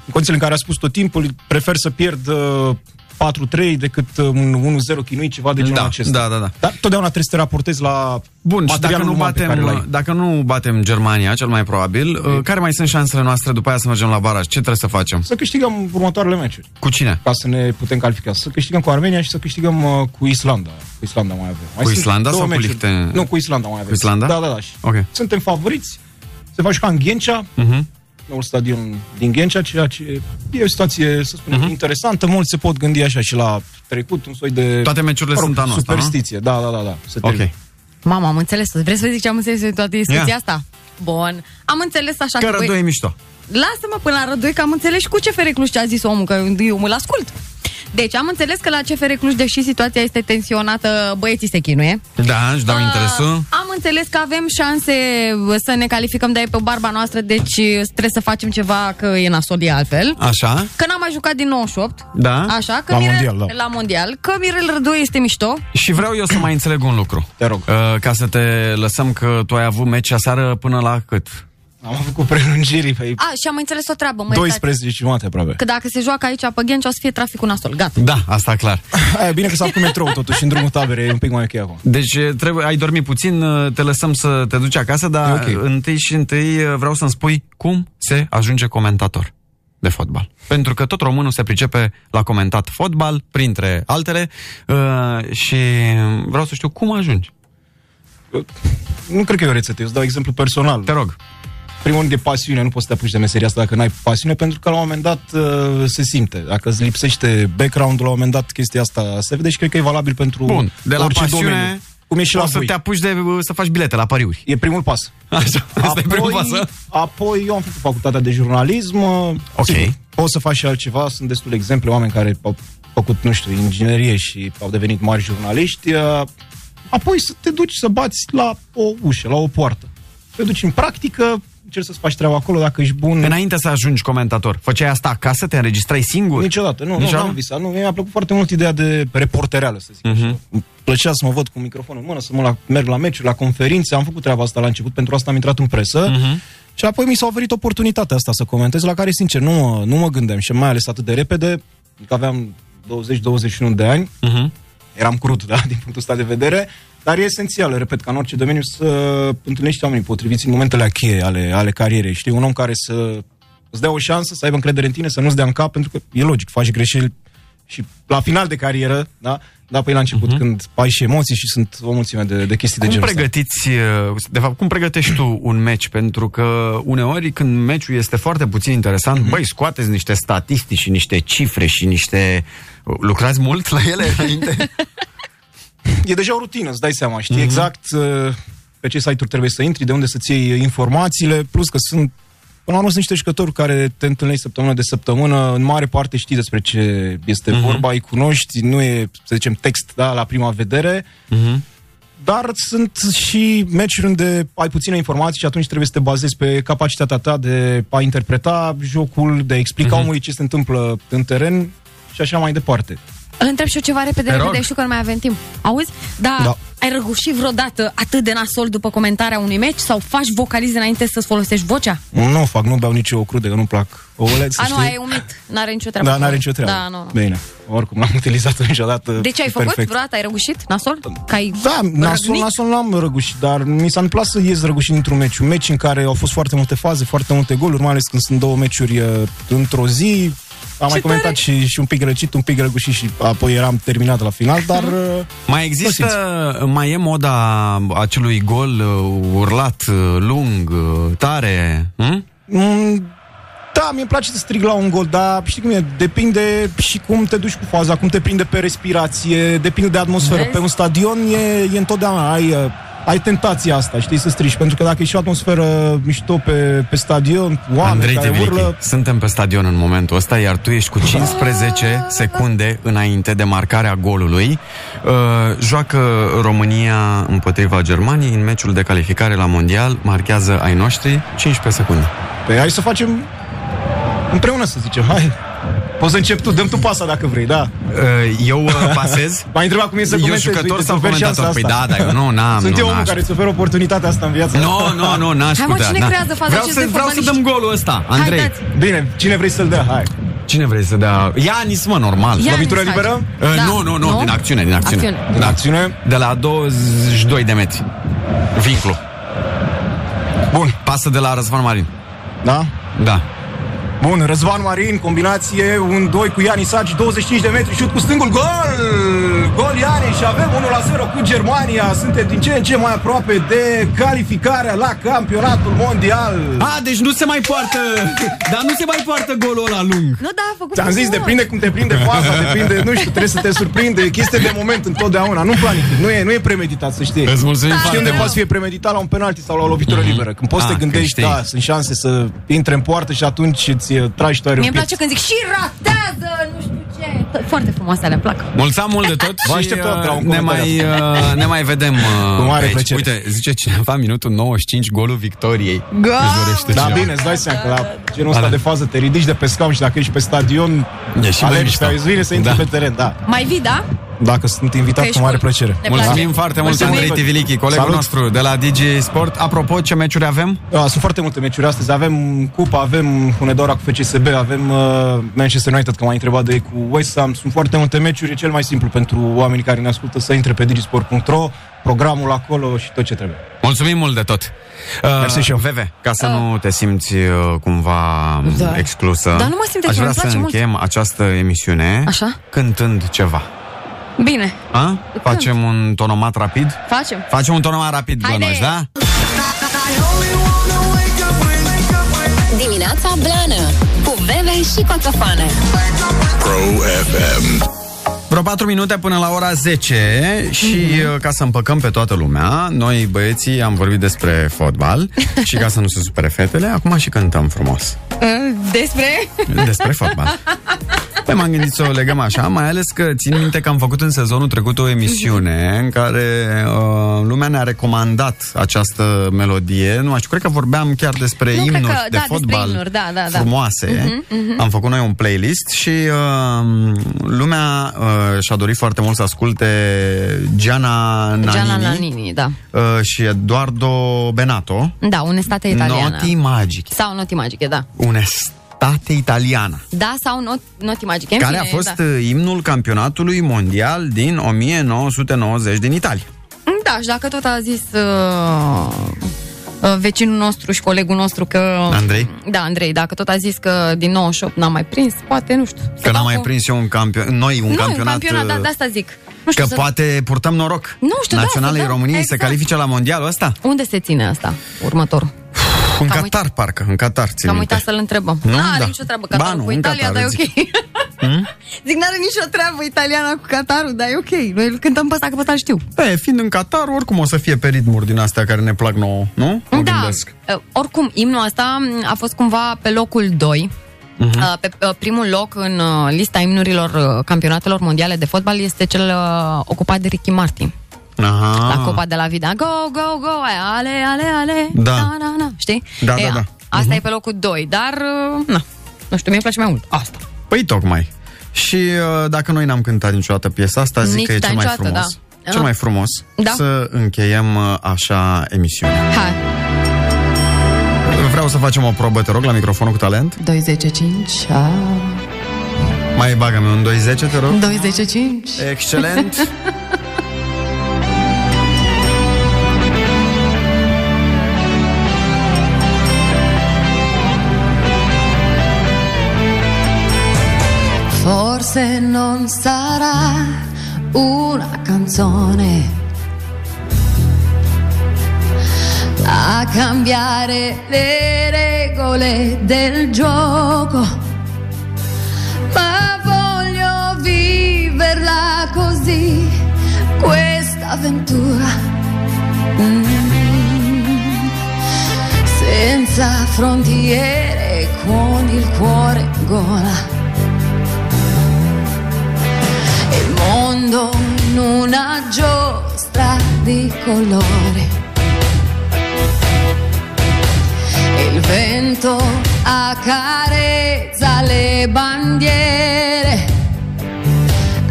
În condițiile în care a spus tot timpul, prefer să pierd uh, 4-3 decât uh, un 1-0 chinuit, ceva de genul
Da,
acesta.
da, da, da.
Dar totdeauna trebuie să te raportezi la
Bun, și dacă
materialul
nu,
uman pe care
batem, uh,
îl ai.
dacă nu batem Germania, cel mai probabil, uh, care mai sunt șansele noastre după aia să mergem la baraj? Ce trebuie să facem?
Să câștigăm următoarele meciuri.
Cu cine?
Ca să ne putem califica. Să câștigăm cu Armenia și să câștigăm uh, cu Islanda. Cu Islanda mai avem.
Cu
Mai sunt
Islanda
două
sau cu
meciuri.
Lichten?
Nu, cu Islanda mai avem.
Cu Islanda?
Da, da, da. Și
Ok.
Suntem favoriți. Se va juca în Ghencea,
Mhm.
noul stadion din Ghencea, ceea ce e o situație, să spunem,
Mhm.
interesantă. Mulți se pot gândi așa și la trecut, un soi de...
Toate meciurile
mă rog,
sunt anul ăsta, nu?
Superstiție, da, da, da. da. Se
Ok.
termină.
Mama, am înțeles tot. Vrei să zic ce am înțeles din toată discuția
Ia.
asta? Bun. Am înțeles așa
Că
că... voi-
Rădoi e mișto.
Lasă-mă până la rădoi că am înțeles și cu ce Cluj ce a zis omul, că eu îl ascult.
Deci am înțeles că la CFR Cluj, deși situația este tensionată, băieții se chinuie. Uh,
Da, își dau interesul.
Am înțeles că avem șanse uh, să ne calificăm, dar e pe barba noastră, deci trebuie să facem ceva că e nasol de altfel.
Așa.
Că n-am mai jucat din 98.
Da.
Așa, că
La
Mirel,
mondial, da.
la mondial, că Mirel Rădoi este mișto.
Și vreau eu să mai înțeleg un lucru. Te rog. Uh, ca să te lăsăm că tu ai avut meci aseară până la cât?
Am avut cu prelungirii pe
A, și am mai înțeles o treabă, mă
12 jumate aproape.
iertați, Că dacă se joacă aici pe Ghenci, o să fie traficul nasol. Gata.
Da, asta clar.
Aia, bine că s-a făcut metrou totuși, în drumul taberei, e un pic mai ok acum.
Deci uh, trebuie, ai dormit puțin, uh, te lăsăm să te duci acasă, dar okay. întâi și întâi uh, vreau să-mi spui cum se ajunge comentator de fotbal. Pentru că tot românul se pricepe la comentat fotbal, printre altele, uh, și vreau să știu cum ajungi.
Nu cred că e o rețetă, eu îți dau exemplu personal. Te
rog.
Primul rând de pasiune, nu poți să te apuci de meseria asta dacă n-ai pasiune, pentru că la un moment dat uh, se simte. Dacă îți lipsește background-ul, la un moment dat chestia asta se vede și cred că e valabil pentru
Bun, de la
orice
pasiune,
domeniu. Cum e și la
poți să
voi.
te apuci de, uh, să faci bilete la pariuri.
E primul pas.
Așa, asta e primul pas. da? a?
apoi eu am făcut facultatea de jurnalism. Ok. Sigur, poți să faci și altceva. Sunt destul de exemple, oameni care au făcut, nu știu, inginerie și au devenit mari jurnaliști. Uh, Apoi să te duci să bați la o ușă, la o poartă. Te duci în practică, încerci să-ți faci treaba acolo, dacă ești bun...
Înainte să ajungi comentator, făceai asta acasă, te înregistrai singur?
Niciodată, nu,
Niciodată?
nu am visat. Nu, mie mi-a plăcut foarte mult ideea de reportereală, să zic. Uh-huh. Îmi plăcea să mă văd cu microfonul în mână, să mă la, merg la meciuri, la conferințe. Am făcut treaba asta la început, pentru asta am intrat în presă. Uh-huh. Și apoi mi s-a oferit oportunitatea asta să comentez, la care, sincer, nu, mă- nu mă gândeam și mai ales atât de repede, că aveam 20-21 de ani,
Uh-huh.
eram crud, da, din punctul ăsta de vedere, dar e esențial, repet, ca în orice domeniu să întâlnești oamenii potriviți în momentele cheie ale, ale carierei. Știi, un om care să îți dea o șansă, să aibă încredere în tine, să nu-ți dea în cap, pentru că e logic, faci greșeli și la final de carieră, da? Da, păi la început, uh-huh. când ai și emoții și sunt o mulțime de, de chestii de
Cum
genul ăsta.
pregătiți, uh, de fapt, cum pregătești tu un meci? Pentru că uneori când meciul este foarte puțin interesant,
Mhm.
băi, scoateți niște statistici și niște cifre și niște... Lucrați mult la ele înainte?
e deja o rutină, îți dai seama,
Mhm.
știi mm-hmm. exact uh, pe ce site-uri trebuie să intri, de unde să-ți iei informațiile, plus că sunt, până la urmă, sunt niște jucători cu care te întâlnești săptămână de săptămână, în mare parte știi despre ce este mm-hmm.
Mhm.
vorba, îi cunoști, nu e, să zicem, text da, la prima vedere,
Mhm.
dar sunt și meciuri unde ai puține informații și atunci trebuie să te bazezi pe capacitatea ta de a interpreta jocul, de a
Mhm.
explica mm-hmm. omului ce se întâmplă în teren și așa mai departe.
Îl întreb și eu ceva repede,
Te
repede,
rog.
știu că nu mai avem timp. Auzi? Da, da.
Da.
ai răgușit vreodată atât de nasol după comentarea unui meci sau faci vocalize înainte să-ți folosești vocea?
Nu fac, nu beau nici eu o crudă, că nu-mi plac ouăle, să
A,
știi.
nu, ai umit. N-are nicio treabă.
Da, n-are nicio treabă.
Da, nu, nu.
Bine, oricum l-am utilizat niciodată.
Deci ai făcut
perfect.
vreodată? Ai răgușit nasol? Că ai
Da, nasul, nasul l-am răgușit, dar mi s-a întâmplat să ies răgușit într-un meci. Un meci în care au fost foarte multe faze, foarte multe goluri, mai ales când sunt două meciuri uh, într-o zi. Am mai comentat și, și un pic răcit, un pic răgușit și apoi eram terminat la final, dar...
Mhm.
uh,
Mai există, mai e moda acelui gol uh, urlat, uh, lung, uh, tare, hm?
Mm, Da, mi-e place să strig la un gol, dar știi cum e, depinde și cum te duci cu faza, cum te prinde pe respirație, depinde de atmosferă.
Vezi?
Pe un stadion e, e întotdeauna, ai, uh, ai tentația asta, știi, să strigi, pentru că dacă e și o atmosferă mișto pe, pe stadion, oameni
Andrei
care
Tevlichi,
urlă...
suntem pe stadion în momentul ăsta, iar tu ești cu 15 secunde înainte de marcarea golului. Uh, joacă România împotriva Germaniei în meciul de calificare la Mondial, marchează ai noștri 15 secunde.
Păi hai să facem împreună, să zicem, hai. Poți să încep tu, dăm tu pasa dacă vrei, da.
Eu uh, pasez.
M-ai întrebat cum e să
Eu
comentezi.
jucător
uite,
sau
îți ofer
comentator?
șansa
Păi
asta.
da, da, eu nu, n-am,
Sunt
nu,
eu omul
n-aș-
care îți oferă oportunitatea asta în viață.
Nu, nu, nu, n-aș
Hai, mă,
putea.
cine
n-aș-
creează faza
Vreau,
acestui
să, vreau să
fotbalist?
dăm golul ăsta,
Hai,
Andrei.
dați.
Bine, cine vrei să-l dea, hai.
Cine vrei să dea? Ianis, mă, normal.
Ianis Lovitură face. liberă?
Uh,
Da.
Nu, nu,
Nu?
nu, din acțiune, din acțiune.
Acțiune.
Din acțiune?
De la 22 de metri. Vinclu.
Bun.
Pasă de la Răzvan Marin.
Da?
Da.
Bun, Răzvan Marin, combinație, un 2 cu Iani Sagi, 25 de metri, șut cu stângul, gol! Gol Iani și avem 1 la 0 cu Germania. Suntem din ce în ce mai aproape de calificarea la campionatul mondial.
A, deci nu se mai poartă, dar nu se mai poartă golul ăla lung.
Nu, da, a făcut
Ți-am zis, depinde cum te prinde faza, depinde, nu știu, trebuie să te surprinde, e chestie de moment întotdeauna, nu planific, nu e, nu e premeditat, să știi.
Îți mulțumim
Știi
foarte
unde
mult.
poți fi premeditat la un penalti sau la o lovitură liberă, când poți
Ah,
să te
când
gândești,
știi.
da, sunt șanse să intre în poartă și atunci îți eh, tragi tu aerul
Mie
în
îmi
piept.
place când zic și ratează, nu știu ce. Foarte frumoase alea, îmi plac.
Mulți ani mult de tot
Vă
și
așteptăm
uh,
la un
ne,
comentariu.
mai, uh, ne mai vedem uh,
Cu mare
pe aici.
plăcere.
Uite, zice cineva minutul 95, golul victoriei.
Gol!
Își dorește
Da,
cineva.
bine, îți dai seama că la genul ăsta
Ala.
de fază te ridici de pe scaun și dacă ești pe stadion,
Da. E și mai
alergi
mișto.
pe aizvire să intri
Da.
pe teren, da.
Mai vii, da?
Dacă sunt invitat,
Că
cu
ești
mare
cool.
plăcere.
Ne
Mulțumim foarte mult,
Mulțumim.
Andrei Tivilichi, colegul
Salut.
nostru de la Digi Sport. Apropo, ce meciuri avem?
Da, sunt foarte multe meciuri astăzi. Avem Cupa, avem Hunedoara cu FCSB, avem uh, Manchester United, că m-ai întrebat de ei cu West Ham. Sunt foarte multe meciuri. E cel mai simplu pentru oamenii care ne ascultă să intre pe digisport.ro, programul acolo și tot ce trebuie.
Mulțumim mult de tot. Uh,
Mersi și eu.
Veve, ca să nu te simți uh, cumva um,
Da.
exclusă,
Dar nu mă simt
aș
exclusă,
vrea
îmi
să
place mult.
încheiem această emisiune
Așa?
cântând ceva.
Bine,
A? Facem un tonomat rapid?
facem.
Facem un tonomat rapid,
Haide!
bănuiești, da?
Dimineața Blană Cu Bebe și Coțofană
Pro FM.
Vreo 4 minute până la ora 10 și
Mhm.
uh, ca să împăcăm pe toată lumea, noi băieții am vorbit despre fotbal și ca să nu se supere fetele, acum și cântăm frumos
Despre?
despre fotbal. Păi m-am gândit să o legăm așa, mai ales că țin minte că am făcut în sezonul trecut o emisiune în care uh, lumea ne-a recomandat această melodie. Nu mai știu, cred că vorbeam chiar despre
Nu, cred
imnuri
că-
de
da, despre
fotbal
imnuri, da, da, da.
frumoase.
Mhm, mhm.
Am făcut noi un playlist și uh, lumea uh, și-a dorit foarte mult să asculte Gianna Nannini,
Gianna Nannini, da.
Uh, și Eduardo Benato.
Da, unestatea italiană.
Noti magici.
Sau noti magice, da.
Unestate italiana.
Da sau not, noti magice. În
care
fine,
a fost
Da.
uh, imnul campionatului mondial din 1990 din Italia.
Da, și dacă tot a zis uh, uh, vecinul nostru și colegul nostru că...
Andrei?
Da, Andrei, dacă tot a zis că din 98 n-am mai prins, poate, nu știu.
Că n-am mai prins eu un campion, noi un
un nu,
campionat,
un campionat, da,
uh,
de asta zic. Nu știu
că
să...
poate purtăm noroc.
Nu știu, da,
Naționalei
să dăm,
României
exact.
se califice la mondialul ăsta?
Unde se ține asta, următor?
Pf, în Qatar, parcă, în Qatar, țin
Am
minte.
uitat să-l întrebăm.
Nu,
n-are
da.
nicio treabă
Ba,
Qatarul
nu,
cu
în
Italia,
Qatar,
dar e
zic.
ok.
Hmm?
Zic, n-are nicio treabă italiana cu Qatarul, dar e ok. Noi îl cântăm pe ăsta, că pe ăsta îl știu.
E, fiind în Qatar, oricum o să fie pe ritmuri din astea care ne plac nouă, nu? Mă
da,
gândesc.
uh, oricum, imnul ăsta mm, a fost cumva pe locul 2.
Mhm.
Uh, Pe uh, primul loc în uh, lista imnurilor uh, campionatelor mondiale de fotbal este cel uh, ocupat de Ricky Martin.
Aha.
La Copa de la Vida. Go, go, go, aia, ale, ale, ale.
Da.
Na, na, na. Știi?
Da, da, da.
Asta e pe locul 2, dar uh, Mhm. na. Nu știu, mie îmi place mai mult. Asta.
Păi tocmai. Și uh, dacă noi n-am cântat niciodată piesa asta, zic
Nici
că e cel mai
niciodată,
frumos.
da.
Cel
Ah.
mai frumos
Da.
să încheiem uh, așa emisiunea.
Hai.
Vreau să facem o probă, te rog, la microfonul cu talent.
2, 10, 5, 6.
Mai bagă-mi un 2-10, te rog.
2, 10, 5.
Excelent.
Forse non sarà una canzone a cambiare le regole del gioco, ma voglio viverla così, questa avventura. Mm. Senza frontiere, con il cuore in gola. il mondo in una giostra di colore. Il vento accarezza le bandiere.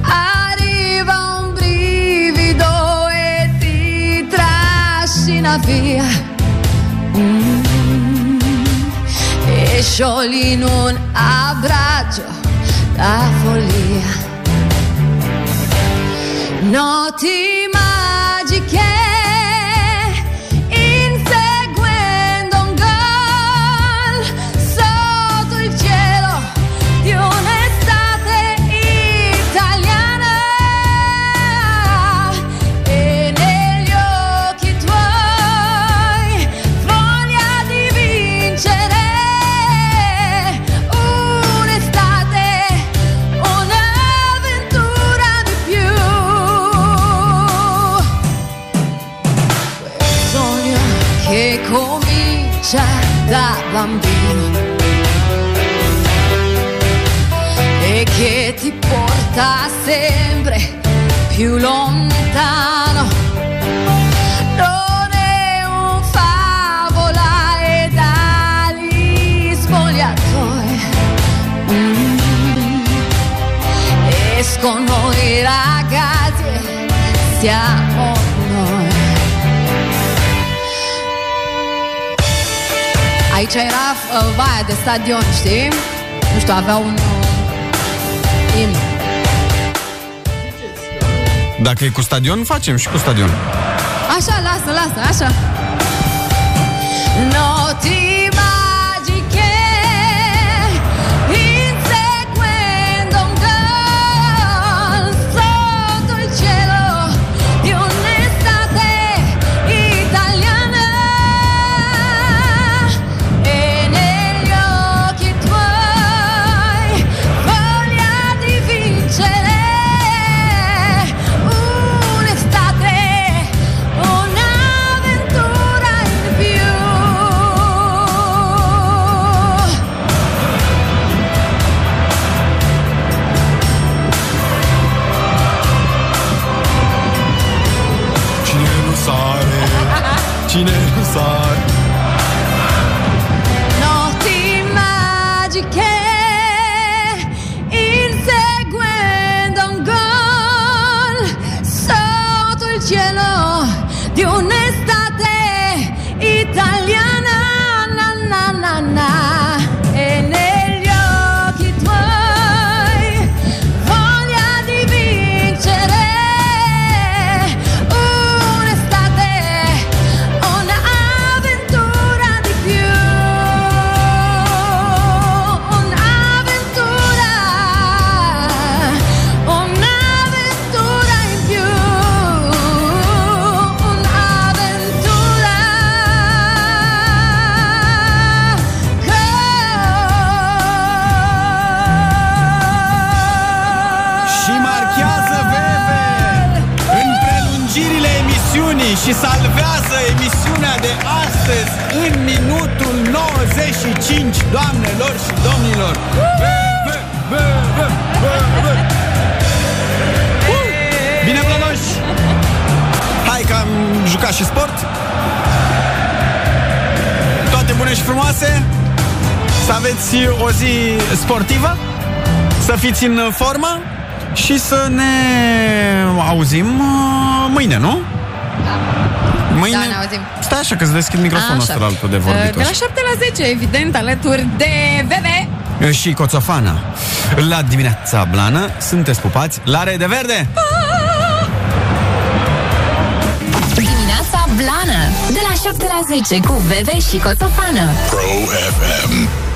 Arriva un brivido e ti trascina via. Mm. E sciogli in un abbraccio la follia. Noti magiche inseguendo un gol sotto il cielo di un'estate italiana e negli occhi tuoi voglia di vincere un'estate un'avventura di più. Quel sogno che comincia da bambino e che ti può porta sempre più lontano. Non è un favolare dagli spogliatoi. eh. Mm. Escono i ragazzi e siamo noi. Aici era uh, vaia de stadion, știi? Nu știu, avea un uh, imn.
Dacă e cu stadion, facem și cu stadion.
Așa, lasă, lasă, așa. Noti magiche inseguendo un gol sotto il cielo di un'estate italiana e negli occhi tuoi voglia di vincere un'estate un'avventura in più.
Cine nu sare? Cine nu sare?
Notti magiche inseguendo un gol sotto il cielo di un'estate italiana na na na na e negli occhi tuoi voglia di vincere un'estate Un'avventura di più, un'avventura, un'avventura in più, un'avventura
Și marchează Veve în prelungirile emisiunii și salvează emisiunea de astăzi în minutul 95, doamnelor și domnilor. Veve, Veve, Veve. Uh! Bine, Blanoș! Hai că am jucat și sport. Toate bune și frumoase. Să aveți o zi sportivă. Să fiți în formă și să ne auzim uh, mâine, nu? Mâine...
Da, ne auzim.
Stai așa că îți deschid microfonul
Așa. Uh,
ăsta altul de vorbit.
De la
așa.
7 la 10, evident, alături de VV.
Și Coțofana. La dimineața blană sunteți pupați la de verde!
Dimineața Blană De la 7 la 10 cu Veve și Coțofană
Pro FM.